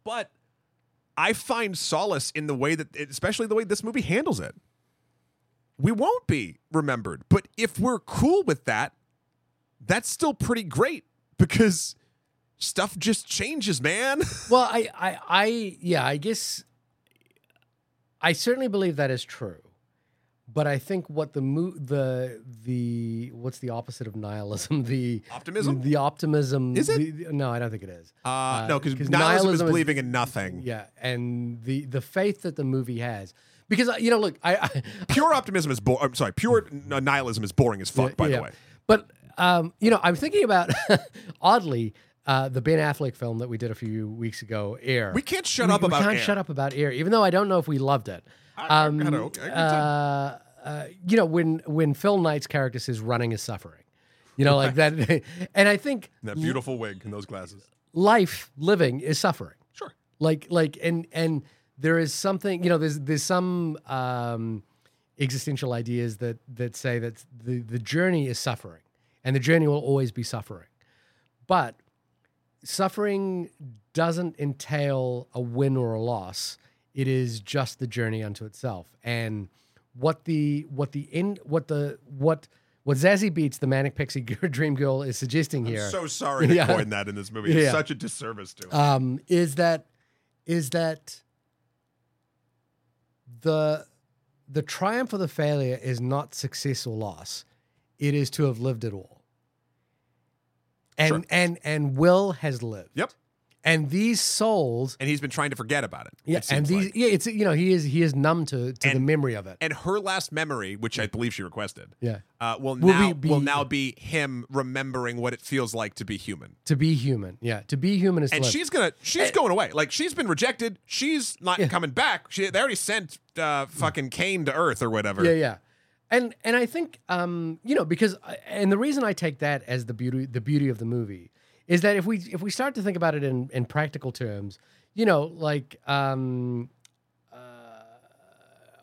S1: But I find solace in the way that, especially the way this movie handles it. We won't be remembered, but if we're cool with that, that's still pretty great because stuff just changes, man.
S2: Well, I, I, I, yeah, I guess I certainly believe that is true, but I think what the mo- the the what's the opposite of nihilism? The
S1: Optimism?
S2: The optimism
S1: Is it?
S2: the- the- no, I don't think it is.
S1: Uh, no, because
S2: 'cause
S1: nihilism, is
S2: nihilism is-
S1: believing in nothing.
S2: Yeah, and the the faith that the movie has, because uh, you know, look, I, I
S1: Pure optimism is boring. I'm sorry, pure n- uh, nihilism is boring as fuck. by
S2: yeah.
S1: the way,
S2: but um, you know, I'm thinking about oddly. Uh, the Ben Affleck film that we did a few weeks ago, Air.
S1: we can't shut
S2: we,
S1: up
S2: we
S1: about
S2: can't
S1: air.
S2: shut up about air, even though I don't know if we loved it. Um,
S1: I- I gotta- okay, I can
S2: uh, uh, you know, when when Phil Knight's character says running is suffering, you know, like that. And I think
S1: That beautiful wig and those glasses.
S2: life living is suffering.
S1: Sure.
S2: Like like and and there is something you know there's there's some um, existential ideas that that say that the the journey is suffering and the journey will always be suffering, but suffering doesn't entail a win or a loss. It is just the journey unto itself. And what the what the end what the what what Zazie Beats, the manic pixie dream girl, is suggesting here
S1: So sorry to
S2: Yeah.
S1: coin that in this movie. It's
S2: Yeah.
S1: such a disservice to. it.
S2: um, is that is that the the triumph or the failure is not success or loss. It is to have lived it all. And
S1: Sure.
S2: and and Will has lived.
S1: Yep.
S2: And these souls,
S1: and he's been trying to forget about it. it
S2: yeah, and
S1: seems
S2: these,
S1: like.
S2: yeah, it's you know he is he is numb to to the
S1: And-
S2: memory of it.
S1: and her last memory, which I believe she requested,
S2: yeah,
S1: uh, will,
S2: Will
S1: now
S2: be- be-
S1: will now be him remembering what it feels like to be human.
S2: to be human. Yeah, to be human is to
S1: And
S2: live.
S1: she's gonna she's going away. Like she's been rejected. She's not coming back. She, they already sent uh, fucking Kane to Earth or whatever.
S2: Yeah, yeah. And and I think um, you know because I- and the reason I take that as the beauty the beauty of the movie is that if we if we start to think about it in in practical terms, you know, like um, uh,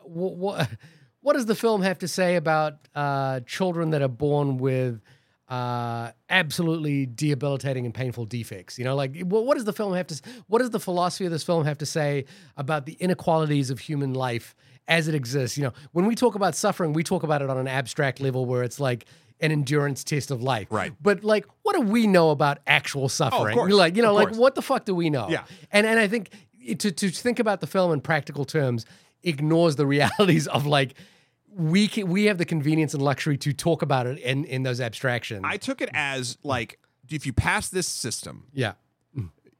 S2: what what does the film have to say about uh, children that are born with uh, absolutely debilitating and painful defects? You know, like what, what does the film have to? s- What does the philosophy of this film have to say about the inequalities of human life as it exists? You know, when we talk about suffering, we talk about it on an abstract level where it's like an endurance test of life.
S1: Right. Oh,
S2: But like, what do we know about actual suffering?
S1: course.
S2: Like, you know,
S1: Of
S2: like
S1: course.
S2: what the fuck do we know?
S1: Yeah.
S2: And and I think to to think about the film in practical terms ignores the realities of like we can, we have the convenience and luxury to talk about it in in those abstractions.
S1: I took it as like if you pass this system,
S2: yeah.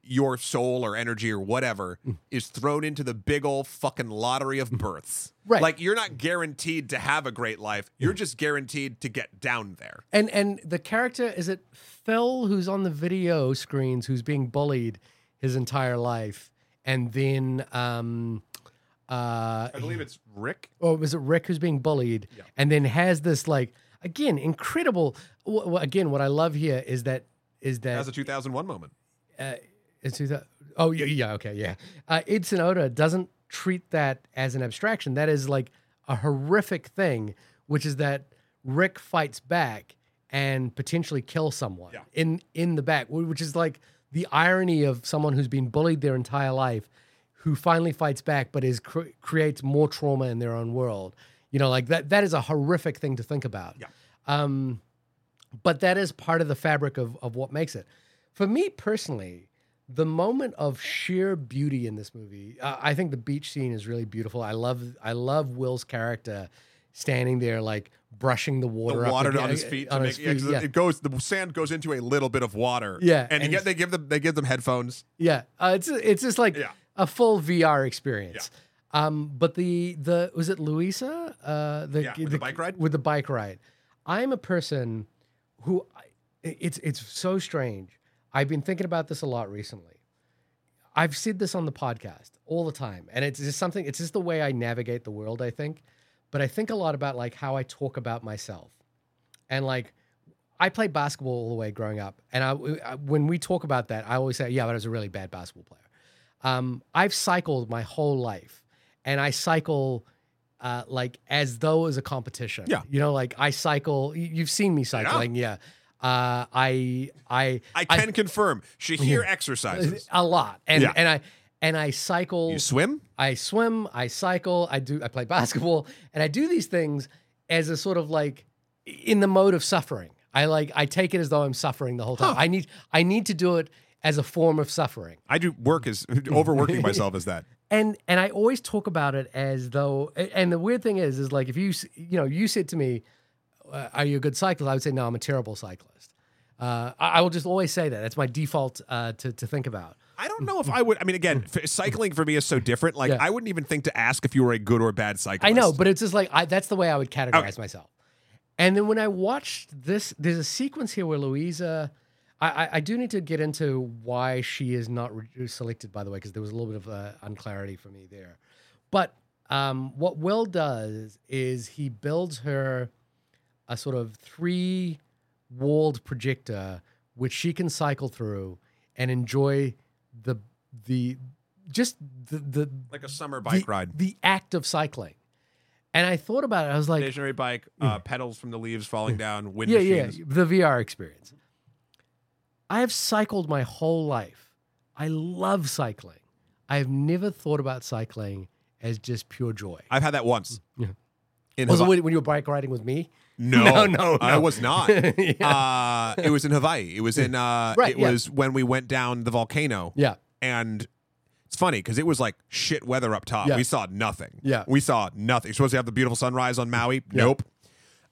S1: your soul or energy or whatever
S2: Mm.
S1: is thrown into the big old fucking lottery of births.
S2: Right.
S1: Like you're not guaranteed to have a great life. You're just guaranteed to get down there.
S2: And and the character is it Phil who's on the video screens who's being bullied his entire life and then um uh
S1: I believe it's Rick.
S2: or was it Rick who's being bullied and then has this like again incredible wh- wh- again what I love here is that is that
S1: That's a 2001 moment.
S2: Uh, It's either, oh yeah, yeah, okay, yeah. Uh, Id Sonoda doesn't treat that as an abstraction. That is like a horrific thing, which is that Rick fights back and potentially kills someone
S1: Yeah.
S2: in in the back, wh- which is like the irony of someone who's been bullied their entire life, who finally fights back, but is cr- creates more trauma in their own world. You know, like that. That is a horrific thing to think about.
S1: Yeah.
S2: Um, but that is part of the fabric of, of what makes it. For me personally, the moment of sheer beauty in this movie, uh, I think the beach scene is really beautiful. I love I love Will's character standing there like brushing the
S1: the
S2: water, up
S1: water
S2: aga-
S1: on his feet. To
S2: on
S1: make,
S2: his
S1: yeah, 'cause
S2: feet, yeah.
S1: It goes. The sand goes into a little bit of water.
S2: Yeah,
S1: and,
S2: and
S1: yet they give them they give them headphones.
S2: Yeah, uh, it's it's just like
S1: Yeah.
S2: a full VR experience. Um, but the the was it Louisa? Uh, the,
S1: Yeah, with the bike ride?
S2: with the bike ride. I'm a person who it's it's so strange. I've been thinking about this a lot recently. I've said this on the podcast all the time, and it's just something. It's just the way I navigate the world. I think, but I think a lot about like how I talk about myself, and like I I played basketball all the way growing up, and I, I- when we talk about that, I always say, "Yeah, but I was a really bad basketball player." Um, I've cycled my whole life, and I cycle uh, like as though it was a competition.
S1: Yeah.
S2: you know, like I cycle. y- You've seen me cycling. Yeah, Uh, I I
S1: I can confirm. Shahir exercises.
S2: a lot, and
S1: Yeah.
S2: and I and I cycle.
S1: You swim?
S2: I swim, I cycle, I do I play basketball, and I do these things as a sort of like in the mode of suffering. I like I take it as though I'm suffering the whole time.
S1: Huh.
S2: I need I need to do it as a form of suffering.
S1: I do work as overworking myself as that.
S2: And and I always talk about it as though a- and the weird thing is is like if you s- you know you said to me uh, are you a good cyclist? I would say no, I'm a terrible cyclist. Uh, I, I will just always say that. That's my default uh, to to think about.
S1: I don't know if I would. I mean, again, f- cycling for me is so different. Like,
S2: Yeah.
S1: I wouldn't even think to ask if you were a good or bad cyclist.
S2: I know, but it's just like I, that's the way I would categorize myself. And then when I watched this, there's a sequence here where Louisa. I, I, I do need to get into why she is not re- selected, by the way, because there was a little bit of uh, unclarity for me there. But um, what Will does is he builds her a sort of three walled projector which she can cycle through and enjoy the the just the the
S1: like a summer bike
S2: the,
S1: ride.
S2: the act of cycling. And I thought about it. I was like,
S1: Stationary bike, uh, pedals from the leaves falling down, wind
S2: yeah,
S1: machines.
S2: yeah, the VR experience. I have cycled my whole life. I love cycling. I have never thought about cycling as just pure joy.
S1: I've had that once.
S2: Yeah.
S1: In
S2: Was it
S1: Hawaii.
S2: when, when you were bike riding with me?
S1: No,
S2: No, no,
S1: I
S2: no.
S1: was not. uh, it was in Hawaii. It was in. Uh,
S2: Right,
S1: it
S2: yeah.
S1: was when we went down the volcano.
S2: Yeah.
S1: and it's funny because it was like shit weather up top.
S2: Yeah.
S1: We saw nothing.
S2: Yeah.
S1: we saw nothing. You're supposed to have the beautiful sunrise on Maui. Nope.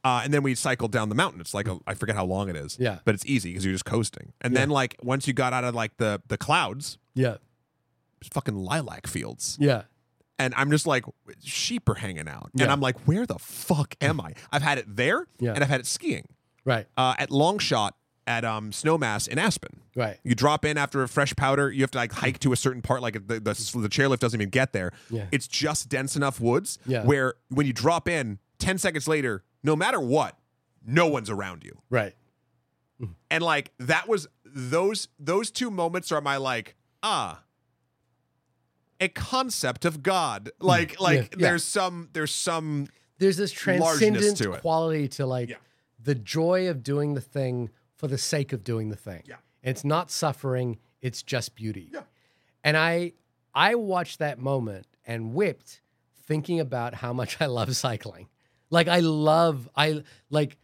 S1: Uh, and then we cycled down the mountain. It's like a, I forget how long it is.
S2: Yeah.
S1: but it's easy because you're just coasting. And then like once you got out of like the the clouds,
S2: Yeah.
S1: it's fucking lilac fields
S2: Yeah.
S1: and I'm just like, sheep are hanging out, and
S2: Yeah.
S1: I'm like, where the fuck am I? I've had it there,
S2: Yeah.
S1: and I've had it skiing
S2: Right.
S1: uh, at Longshot at um, Snowmass in Aspen.
S2: Right.
S1: You drop in after a fresh powder. You have to like hike to a certain part, like the the, the chairlift doesn't even get there.
S2: Yeah.
S1: It's just dense enough woods
S2: Yeah.
S1: where when you drop in, ten seconds later, no matter what, no one's around you.
S2: Right.
S1: And like that was those those two moments are my like ah a concept of God. Like like
S2: Hmm. yeah.
S1: there's some there's some
S2: There's this
S1: Largeness
S2: transcendent
S1: to it.
S2: quality to like
S1: Yeah.
S2: the joy of doing the thing for the sake of doing the thing.
S1: Yeah.
S2: And it's not suffering, it's just beauty.
S1: Yeah.
S2: And I I watched that moment and whipped thinking about how much I love cycling. Like I love I like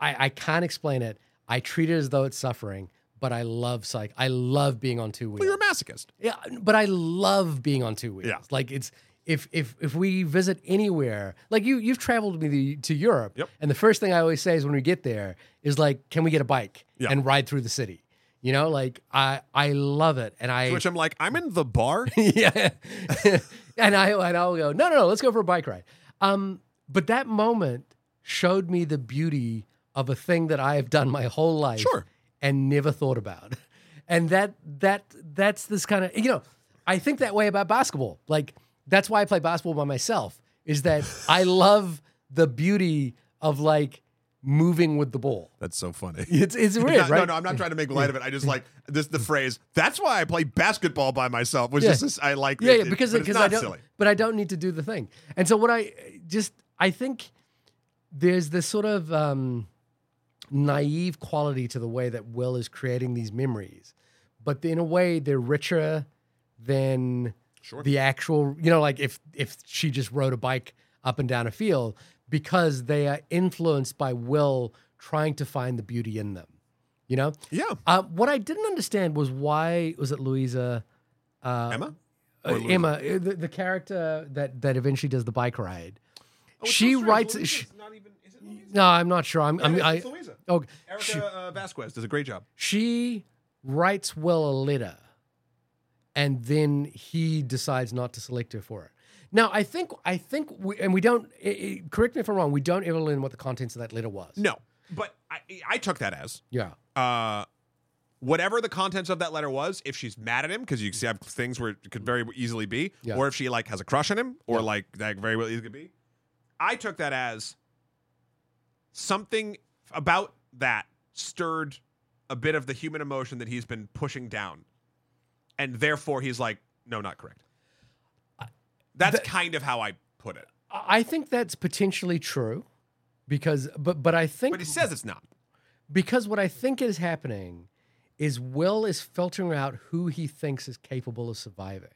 S2: I, I can't explain it. I treat it as though it's suffering, but I love cyc I love being on two wheels.
S1: well, you're a masochist.
S2: Yeah, but I love being on two wheels.
S1: Yeah.
S2: Like it's if if if we visit anywhere, like you you've traveled with me to Europe,
S1: Yep.
S2: and the first thing I always say is when we get there is like, can we get a bike
S1: Yeah.
S2: and ride through the city? You know, like I I love it, and I
S1: To which I'm like, I'm in the bar.
S2: yeah, and I and I'll go no no no let's go for a bike ride. Um, but that moment showed me the beauty of a thing that I have done my whole life,
S1: Sure.
S2: and never thought about, and that that that's this kind of you know I think that way about basketball. Like that's why I play basketball by myself is that I love the beauty of like moving with the ball.
S1: That's so funny.
S2: It's it's weird,
S1: Not-
S2: right?
S1: No, no, I'm not trying to make light of it. I just like this the phrase. That's why I play basketball by myself. Was
S2: Yeah.
S1: just this, I like
S2: yeah,
S1: it,
S2: yeah,
S1: it-
S2: because
S1: but it's
S2: because
S1: not
S2: I don't,
S1: silly.
S2: but I don't need to do the thing. And so what I just I think there's this sort of um, naive quality to the way that Will is creating these memories, but in a way they're richer than
S1: Sure.
S2: the actual. You know, like if if she just rode a bike up and down a field because they are influenced by Will trying to find the beauty in them. You know,
S1: Yeah.
S2: uh, what I didn't understand was why was it Louisa? Uh,
S1: Emma?
S2: uh,
S1: Or Louisa?
S2: Emma, uh, the, the character that that eventually does the bike ride.
S1: Oh,
S2: she writes. She,
S1: not even, is it
S2: no, I'm not sure. I'm. I'm I,
S1: Louisa.
S2: oh,
S1: Erica
S2: she,
S1: uh, Vasquez does a great job.
S2: she writes Will a letter, and then he decides not to select her for it. Now, I think I think we, and we don't. i i correct me if I'm wrong. We don't ever learn what the contents of that letter was.
S1: No, but I, I took that as
S2: Yeah.
S1: uh, whatever the contents of that letter was, if she's mad at him, because you see have things where it could very easily be,
S2: Yeah.
S1: or if she like has a crush on him, or like that very well easily could be. I took that as something about that stirred a bit of the human emotion that he's been pushing down, and therefore he's like, no, not correct. That's kind of how I put it.
S2: I think that's potentially true because but but I think
S1: But he says it's not.
S2: because what I think is happening is Will is filtering out who he thinks is capable of surviving.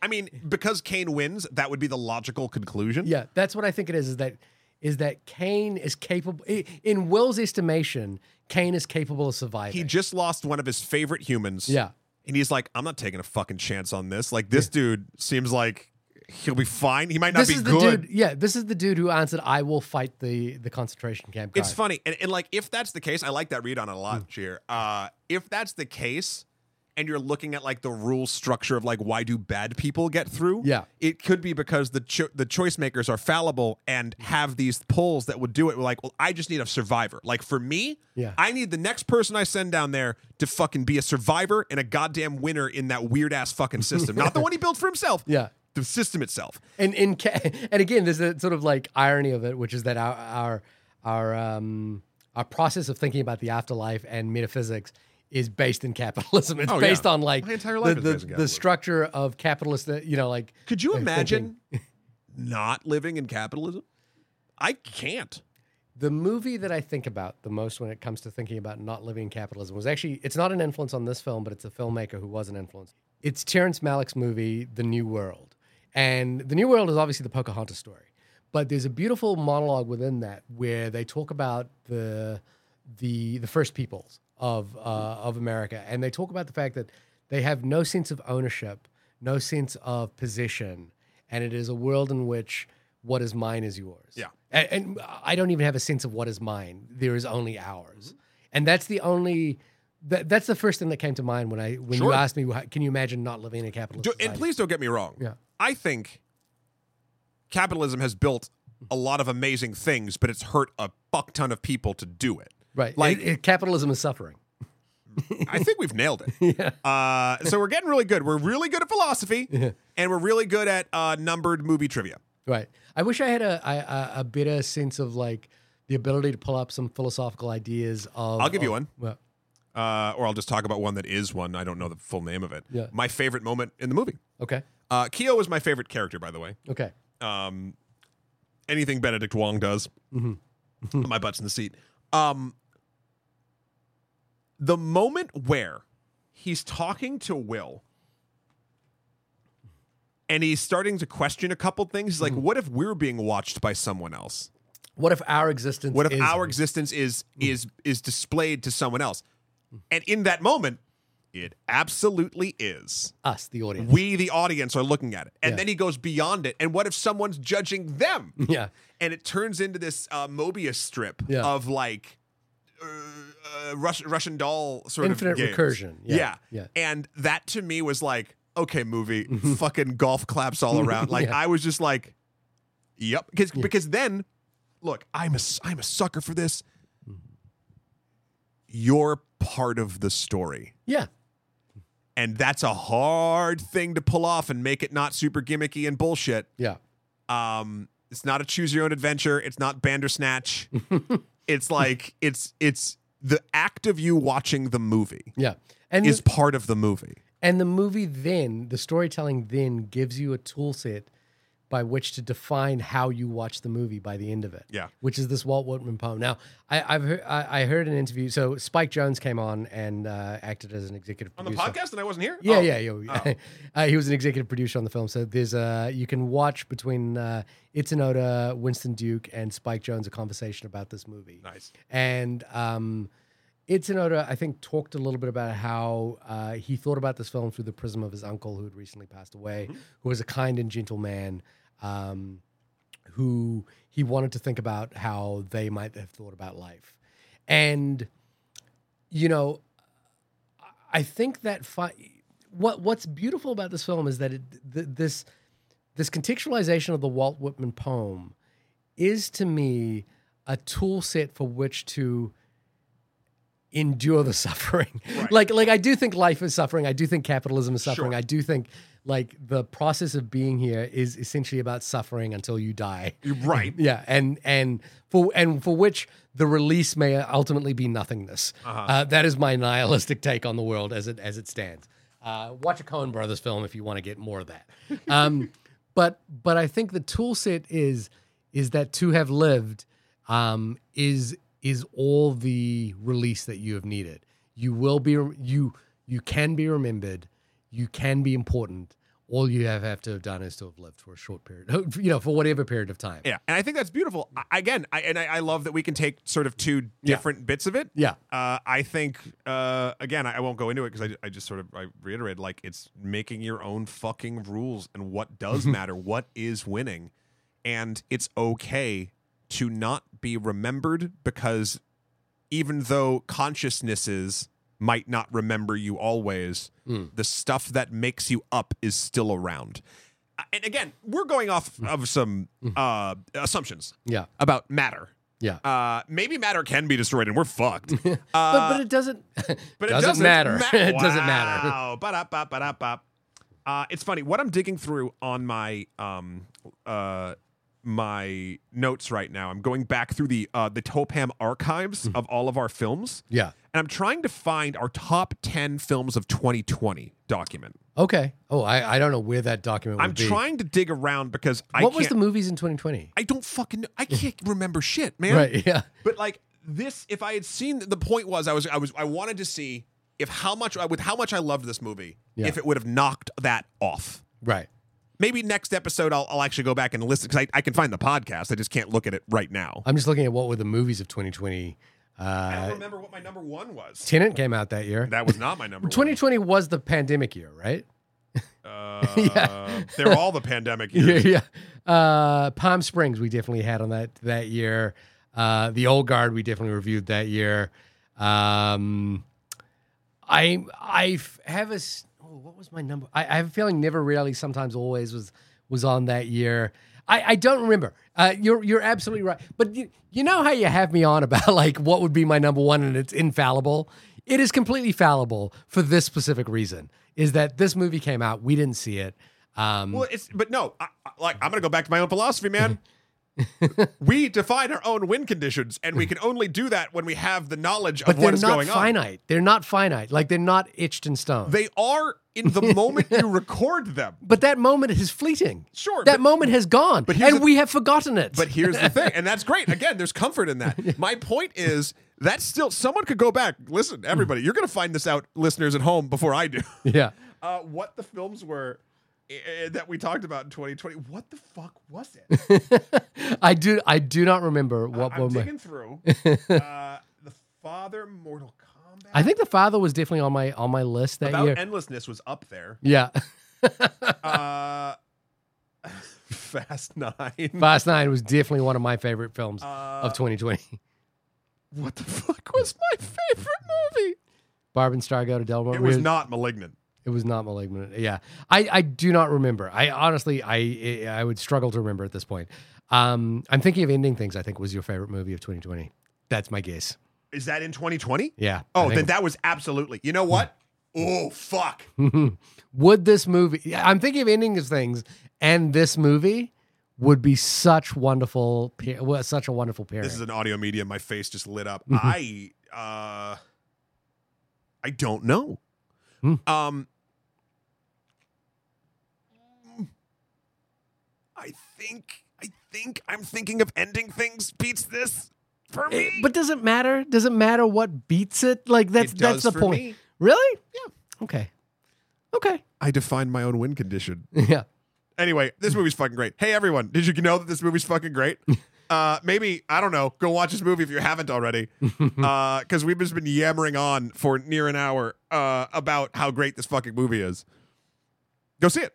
S1: I mean, because Kane wins, that would be the logical conclusion.
S2: Yeah, that's what I think it is. Is that is that Kane is capable i- in Will's estimation, Kane is capable of surviving.
S1: He just lost one of his favorite humans.
S2: yeah,
S1: And he's like, I'm not taking a fucking chance on this. Like, this dude seems like he'll be fine. He might not
S2: this
S1: be
S2: is the
S1: good.
S2: dude. Yeah, this is the dude who answered, "I will fight the the concentration camp." Guy.
S1: It's funny. And, and like, if that's the case, I like that read on it a lot,
S2: Hmm.
S1: Cheer. Uh, if that's the case, and you're looking at like the rule structure of like why do bad people get through?
S2: Yeah.
S1: it could be because the cho- the choice makers are fallible and
S2: Hmm.
S1: have these pulls that would do it. We're like, well, I just need a survivor. Like for me,
S2: Yeah.
S1: I need the next person I send down there to fucking be a survivor and a goddamn winner in that weird ass fucking system, not the one he built for himself.
S2: Yeah.
S1: the system itself.
S2: and in ca- and again, there's a sort of like irony of it, which is that our our our um our process of thinking about the afterlife and metaphysics is based in capitalism. It's
S1: Oh, yeah.
S2: based on like
S1: My entire life is
S2: the, the,
S1: based in
S2: the
S1: capitalism.
S2: structure of capitalist. You know, like
S1: Could you
S2: They're
S1: imagine not living in capitalism? I can't.
S2: the movie that I think about the most when it comes to thinking about not living in capitalism was actually it's not an influence on this film, but it's a filmmaker who was an influence. It's Terrence Malick's movie, The New World, and The New World is obviously the Pocahontas story, but there's a beautiful monologue within that where they talk about the the the first peoples of uh, of America, and they talk about the fact that they have no sense of ownership, no sense of possession, and it is a world in which what is mine is yours.
S1: Yeah.
S2: And, and I don't even have a sense of what is mine. There is only ours,
S1: Mm-hmm.
S2: and that's the only. That, that's the first thing that came to mind when I when
S1: Sure.
S2: you asked me, "Wha- can you imagine not living in a capitalist?
S1: Do, and
S2: society?"
S1: please don't get me wrong.
S2: Yeah.
S1: I think capitalism has built a lot of amazing things, but it's hurt a fuck ton of people to do it.
S2: right?
S1: like-
S2: Like capitalism is suffering.
S1: I think we've nailed it. Uh, so we're getting really good. We're really good at philosophy, and we're really good at uh, numbered movie trivia.
S2: Right. I wish I had a, a- a a better sense of like the ability to pull up some philosophical ideas of.
S1: I'll give you
S2: of-
S1: one.
S2: Well,
S1: Uh, or I'll just talk about one that is one. I don't know the full name of it.
S2: Yeah.
S1: My favorite moment in the movie.
S2: okay.
S1: Uh, Keo is my favorite character, by the way.
S2: Okay.
S1: um, anything Benedict Wong does.
S2: Mm-hmm.
S1: My butt's in the seat. Um, the moment where he's talking to Will and he's starting to question a couple things, he's like,
S2: Mm-hmm.
S1: what if we're being watched by someone else?
S2: What if our existence?
S1: What if
S2: is- Mm-hmm.
S1: our existence is is is displayed to someone else? And in that moment, it absolutely is
S2: us, the audience?
S1: we the audience are looking at it and
S2: Yeah.
S1: then he goes beyond it and what if someone's judging them
S2: yeah.
S1: and it turns into this uh, mobius strip
S2: Yeah.
S1: of like uh, uh, Rush, russian doll sort
S2: Infinite
S1: of games.
S2: recursion. Yeah.
S1: yeah.
S2: Yeah.
S1: and that to me was like okay movie fucking golf claps all around like
S2: Mm-hmm. Yeah.
S1: i was just like yep because because then look i'm a s- i'm a sucker for this you're part of the story
S2: Yeah.
S1: and that's a hard thing to pull off and make it not super gimmicky and bullshit.
S2: Yeah.
S1: Um, it's not a choose your own adventure. It's not Bandersnatch. it's like it's it's the act of you watching the movie
S2: Yeah. And
S1: is part of the movie.
S2: And the movie then, the storytelling then gives you a tool set by which to define how you watch the movie by the end of it.
S1: Yeah.
S2: Which is this Walt Whitman poem. Now, I, I've heard, I, I heard an interview. So Spike Jones came on and uh, acted as an executive
S1: On
S2: producer.
S1: the podcast, Oh. and I wasn't here.
S2: Yeah, yeah, yeah. uh, he was an executive producer on the film. So there's a you can watch between uh, Itsunoda, Winston Duke, and Spike Jones a conversation about this movie.
S1: Nice.
S2: And um, Itsunoda, I think, talked a little bit about how uh, he thought about this film through the prism of his uncle who had recently passed away, who was a kind and gentle man. Um, who he wanted to think about how they might have thought about life. And, you know, I think that fi- what what's beautiful about this film is that it, th- this this contextualization of the Walt Whitman poem is to me a tool set for which to endure the suffering. Like like I do think life is suffering. I do think capitalism is suffering. I do think like the process of being here is essentially about suffering until you die.
S1: You're right.
S2: Yeah, and and for and for which the release may ultimately be nothingness. uh that is my nihilistic take on the world as it as it stands. Uh, watch a Coen Brothers film if you want to get more of that. Um, but but I think the tool set is is that to have lived um, is is all the release that you have needed. You will be you you can be remembered. You can be important. All you have, have to have done is to have lived for a short period, you know, for whatever period of time.
S1: Yeah, and I think that's beautiful. I, again, I, and I, I love that we can take sort of two different bits of it.
S2: Yeah.
S1: Uh, I think uh, again, I, I won't go into it because I, I just sort of I reiterated like it's making your own fucking rules and what does matter, what is winning, and it's okay to not be remembered because even though consciousnesses might not remember you always, the stuff that makes you up is still around. Uh, And again, we're going off of some uh, assumptions
S2: Yeah.
S1: about matter.
S2: Yeah.
S1: Uh, maybe matter can be destroyed and we're fucked. Uh,
S2: but, but it doesn't.
S1: but
S2: doesn't, matter.
S1: ma-
S2: it doesn't matter.
S1: Wow. Ba-da, ba, ba-da, ba. Uh, it's funny. What I'm digging through on my um uh my notes right now, I'm going back through the uh the Topam archives of all of our films.
S2: Mm-hmm. Yeah.
S1: And I'm trying to find our top ten films of 2020 document.
S2: Okay. Oh, I, I don't know where that document would
S1: I'm
S2: be.
S1: trying to dig around because I
S2: what
S1: can't,
S2: was the movies in 2020?
S1: I don't fucking know. I can't remember shit, man.
S2: Right. Yeah.
S1: But like this, if I had seen the point was I was I was I wanted to see if how much uh, with how much I loved this movie,
S2: Yeah.
S1: if it would have knocked that off.
S2: Right.
S1: Maybe next episode I'll, I'll actually go back and listen because I, I can find the podcast. I just can't look at it right now.
S2: I'm just looking at what were the movies of 2020.
S1: I don't
S2: Uh,
S1: remember what my number one was.
S2: Tenant came out that year.
S1: That was not my number
S2: 2020 was the pandemic year, right?
S1: one. Uh, They're all the pandemic
S2: Yeah.
S1: years.
S2: Yeah. Uh, Palm Springs we definitely had on that that year. Uh, the Old Guard we definitely reviewed that year. Um, I I f- have a s- oh, what was my number? I, I have a feeling never really sometimes always was was on that year. I, I don't remember. Uh, you're you're absolutely right. But you, you know how you have me on about like what would be my number one and it's infallible. It is completely fallible for this specific reason. Is that this movie came out? We didn't see it. Um,
S1: Well, it's but no, I, I- like I'm gonna go back to my own philosophy, man. we define our own win conditions, and we can only do that when we have the knowledge of
S2: but they're
S1: what is
S2: not
S1: going on.
S2: finite. They're not finite. Like they're not etched in stone.
S1: They are in the moment you record them.
S2: but that moment is fleeting.
S1: Sure,
S2: that
S1: but-
S2: moment has gone,
S1: but here's
S2: and
S1: the-
S2: we have forgotten it.
S1: But here's the thing, and that's great. Again, there's comfort in that. My point is that's still someone could go back. Listen, everybody, you're going to find this out, listeners at home, before I do.
S2: yeah,
S1: Uh, what the films were eh, that we talked about in 2020? What the fuck was it?
S2: I do. I do not remember what
S1: I'm
S2: moment.
S1: digging through uh, the Father Mortal Kombat.
S2: I think the father was definitely on my on my list that
S1: about
S2: year.
S1: endlessness was up there.
S2: yeah,
S1: Uh, Fast Nine.
S2: Fast Nine was definitely one of my favorite films
S1: Uh,
S2: of 2020.
S1: what the fuck was my favorite movie?
S2: Barb and Star go to Delmar.
S1: It was not malignant.
S2: It was not malignant. Yeah, I, I do not remember. I honestly, I I would struggle to remember at this point. Um, I'm thinking of ending things. I think was your favorite movie of 2020. That's my guess.
S1: Is that in 2020?
S2: Yeah.
S1: Oh,
S2: I
S1: then
S2: think- Hmm.
S1: that was absolutely. You know what? Oh fuck!
S2: would this movie? yeah, I'm thinking of ending of things, and this movie would be such wonderful, pair- well, such a wonderful pairing.
S1: This is an audio medium. My face just lit up.
S2: Mm-hmm.
S1: I uh, I don't know.
S2: Hmm.
S1: Um, I think I think I'm thinking of ending things beats this for me.
S2: It- Eh, but does it matter? Does it matter what beats it? Like that's
S1: It
S2: that's
S1: does
S2: the
S1: for
S2: point.
S1: me.
S2: Really? Yeah. Okay. Okay.
S1: I define my own win condition.
S2: Yeah.
S1: Anyway, this movie's fucking great. Hey, everyone, did you know that this movie's fucking great? Uh, maybe I don't know. Go watch this movie if you haven't already, because we've just been yammering on for near an hour uh, about how great this fucking movie is. Go see it.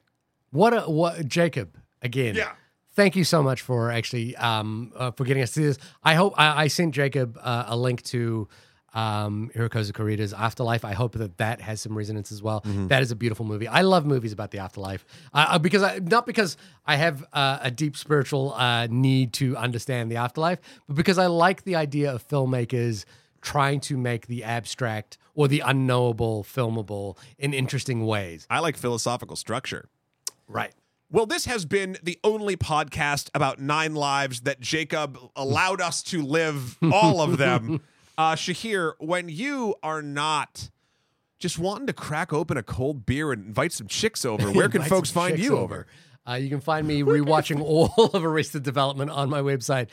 S2: What a what Jacob again.
S1: Yeah.
S2: Thank you so much for actually um uh, for getting us to this. I hope I, I sent Jacob uh, a link to um Hirokazu Koreeda's Afterlife. I hope that that has some resonance as well. That is a beautiful movie. I love movies about the afterlife. Uh, uh, because I not because I have uh, a deep spiritual uh, need to understand the afterlife, but because I like the idea of filmmakers trying to make the abstract or the unknowable filmable in interesting ways.
S1: I like philosophical structure.
S2: Right.
S1: Well, this has been the only podcast about nine lives that Jacob allowed us to live, all of them. Uh, Shahir, when you are not just wanting to crack open a cold beer and invite some chicks over, where can
S2: Invite
S1: folks
S2: some
S1: find
S2: chicks
S1: you over?
S2: Uh, you can find me rewatching all of Arrested Development on my website,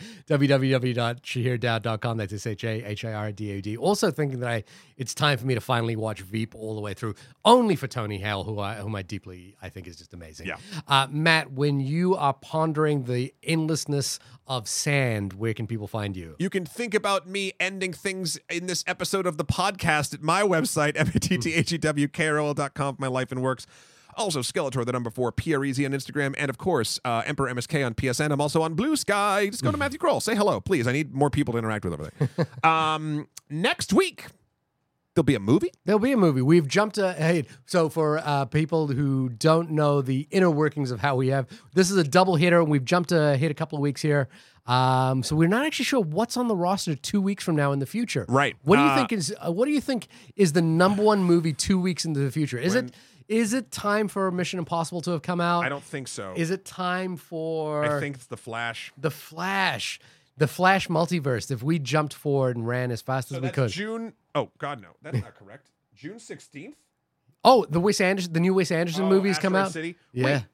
S2: www.shahirdaud.com. That's S H A H I R D A D. Also, thinking that I, it's time for me to finally watch Veep all the way through, only for Tony Hale, who I, whom I deeply, I think is just amazing.
S1: Yeah.
S2: Uh, Matt, when you are pondering the endlessness of sand, where can people find you?
S1: You can think about me ending things in this episode of the podcast at my website, E M-A-T-T-H-E-W-K-R-O-L.com, for my life and works. Also, Skeletor, the number four, PREZ on Instagram, and of course, uh, Emperor MSK on PSN. I'm also on Blue Sky. Just go to Matthew Kroll. Say hello, please. I need more people to interact with over there. um, next week, there'll be a movie.
S2: There'll be a movie. We've jumped ahead. So for uh, people who don't know the inner workings of how we have, this is a double hitter, and we've jumped ahead a couple of weeks here. Um, so we're not actually sure what's on the roster two weeks from now in the future.
S1: Right.
S2: What do you
S1: Uh,
S2: think is uh, What do you think is the number one movie two weeks into the future? Is it Is it time for Mission Impossible to have come out?
S1: I don't think so.
S2: Uh, Is it time for
S1: I think it's The Flash.
S2: the Flash? The Flash multiverse. If we jumped forward and ran as fast as we
S1: That's
S2: could.
S1: June. Oh, God, no. That's not correct. June 16th?
S2: oh, the Wes Anderson, the new Wes Anderson
S1: Oh,
S2: movies come
S1: Asteroid
S2: out.
S1: City.
S2: Yeah.
S1: Wait,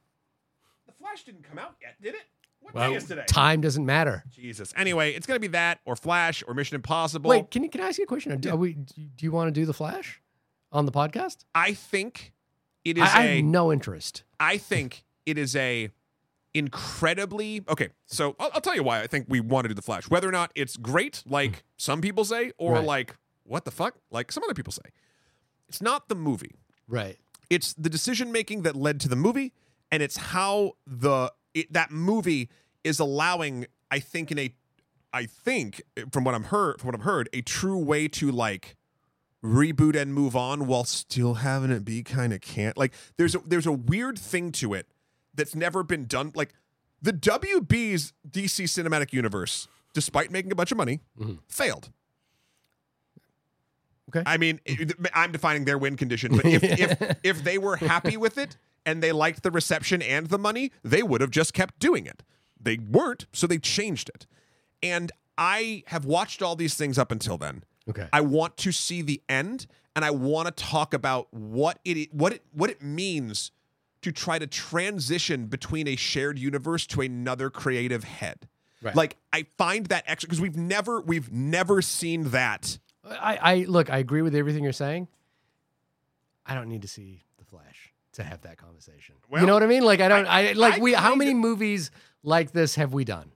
S1: The Flash didn't come out yet, did it? What day is today?
S2: Time doesn't matter.
S1: Jesus. Anyway, it's gonna be that or Flash or Mission Impossible.
S2: Wait, can you can I ask you a question? Are, do- are we? Do you want to do the Flash on the podcast?
S1: I think it
S2: I,
S1: is
S2: I
S1: a.
S2: have no interest.
S1: I think it is a incredibly okay. So I'll, I'll tell you why I think we want to do the Flash, whether or not it's great, like some people say, or
S2: Hmm. Right.
S1: like what the fuck, like some other people say. It's not the movie.
S2: Right.
S1: it's the decision making that led to the movie and it's how the it, that movie is allowing i think in a i think from what i'm heard from what i've heard a true way to like reboot and move on while still having it be kind of can't like there's a there's a weird thing to it that's never been done like the wb's dc cinematic universe despite making a bunch of money failed
S2: Okay.
S1: I mean, it- I'm defining their win condition, but if, if if they were happy with it and they liked the reception and the money, they would have just kept doing it. They weren't, so they changed it. And I have watched all these things up until then.
S2: Okay.
S1: I want to see the end, and I want to talk about what it what it what it means to try to transition between a shared universe to another creative head.
S2: Right.
S1: Like I find that extra because we've never we've never seen that.
S2: I, I look. I agree with everything you're saying. I don't need to see the Flash to have that conversation.
S1: Well,
S2: you know what I mean? Like I don't. I, like
S1: I
S2: we. How
S1: kinda-
S2: many movies like this have we done?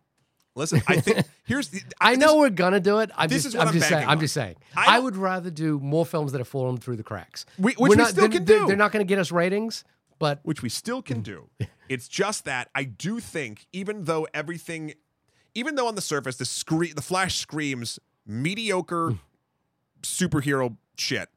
S1: Listen, I think here's the
S2: I
S1: this-
S2: know we're gonna do it. I'm
S1: this
S2: just,
S1: is what
S2: I'm
S1: I'm
S2: just saying.
S1: banking
S2: I'm
S1: on.
S2: just saying.
S1: I
S2: I,
S1: don't-
S2: would rather do more films that have fallen through the cracks.
S1: We- which
S2: We're
S1: we
S2: not,
S1: still
S2: they're-
S1: can
S2: they're-
S1: do.
S2: They're not going to get us ratings, but
S1: which we still can do. It's just that I do think, even though everything, even though on the surface the scre- the Flash screams
S2: Mm-hmm.
S1: mediocre superhero shit,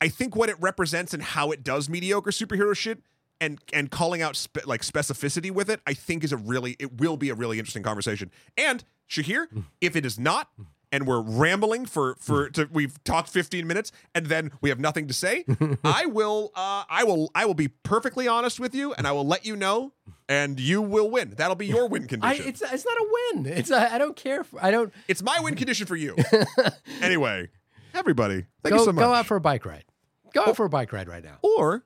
S1: I think what it represents and how it does mediocre superhero shit. And, and calling out spe- like specificity with it, I think is a really it will be a really interesting conversation. And Shahir,
S2: Hmm.
S1: if it is not, and we're rambling for for to, we've talked 15 minutes and then we have nothing to say, I will uh, I will I will be perfectly honest with you and I will let you know and you will win. That'll be your win
S2: I,
S1: condition.
S2: it's it's not a win. It's I I don't care. For, I don't
S1: it's my win condition for you. anyway, everybody, thank
S2: go
S1: you so much. Oh.
S2: go out for a bike ride. Go out for a bike ride right now.
S1: or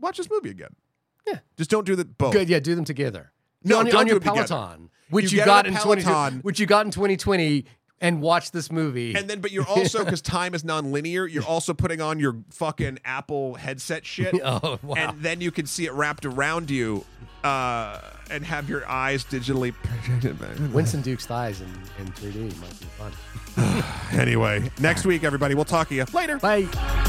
S1: watch this movie again.
S2: Yeah.
S1: Just don't do the both.
S2: Good, yeah, do them together.
S1: No,
S2: on,
S1: don't
S2: on
S1: do
S2: your
S1: it together.
S2: Peloton, which
S1: You
S2: you,
S1: get
S2: got
S1: on
S2: in
S1: a
S2: 2020,
S1: Peloton.
S2: which you got in 2020, and watch this movie.
S1: And then, but you're also because time is nonlinear. You're also putting on your fucking Apple headset shit,
S2: oh wow!
S1: and then you can see it wrapped around you, uh, and have your eyes digitally projected.
S2: Winston Duke's thighs in, in 3D might be fun.
S1: Anyway, next week, everybody, we'll talk to you later.
S2: Bye.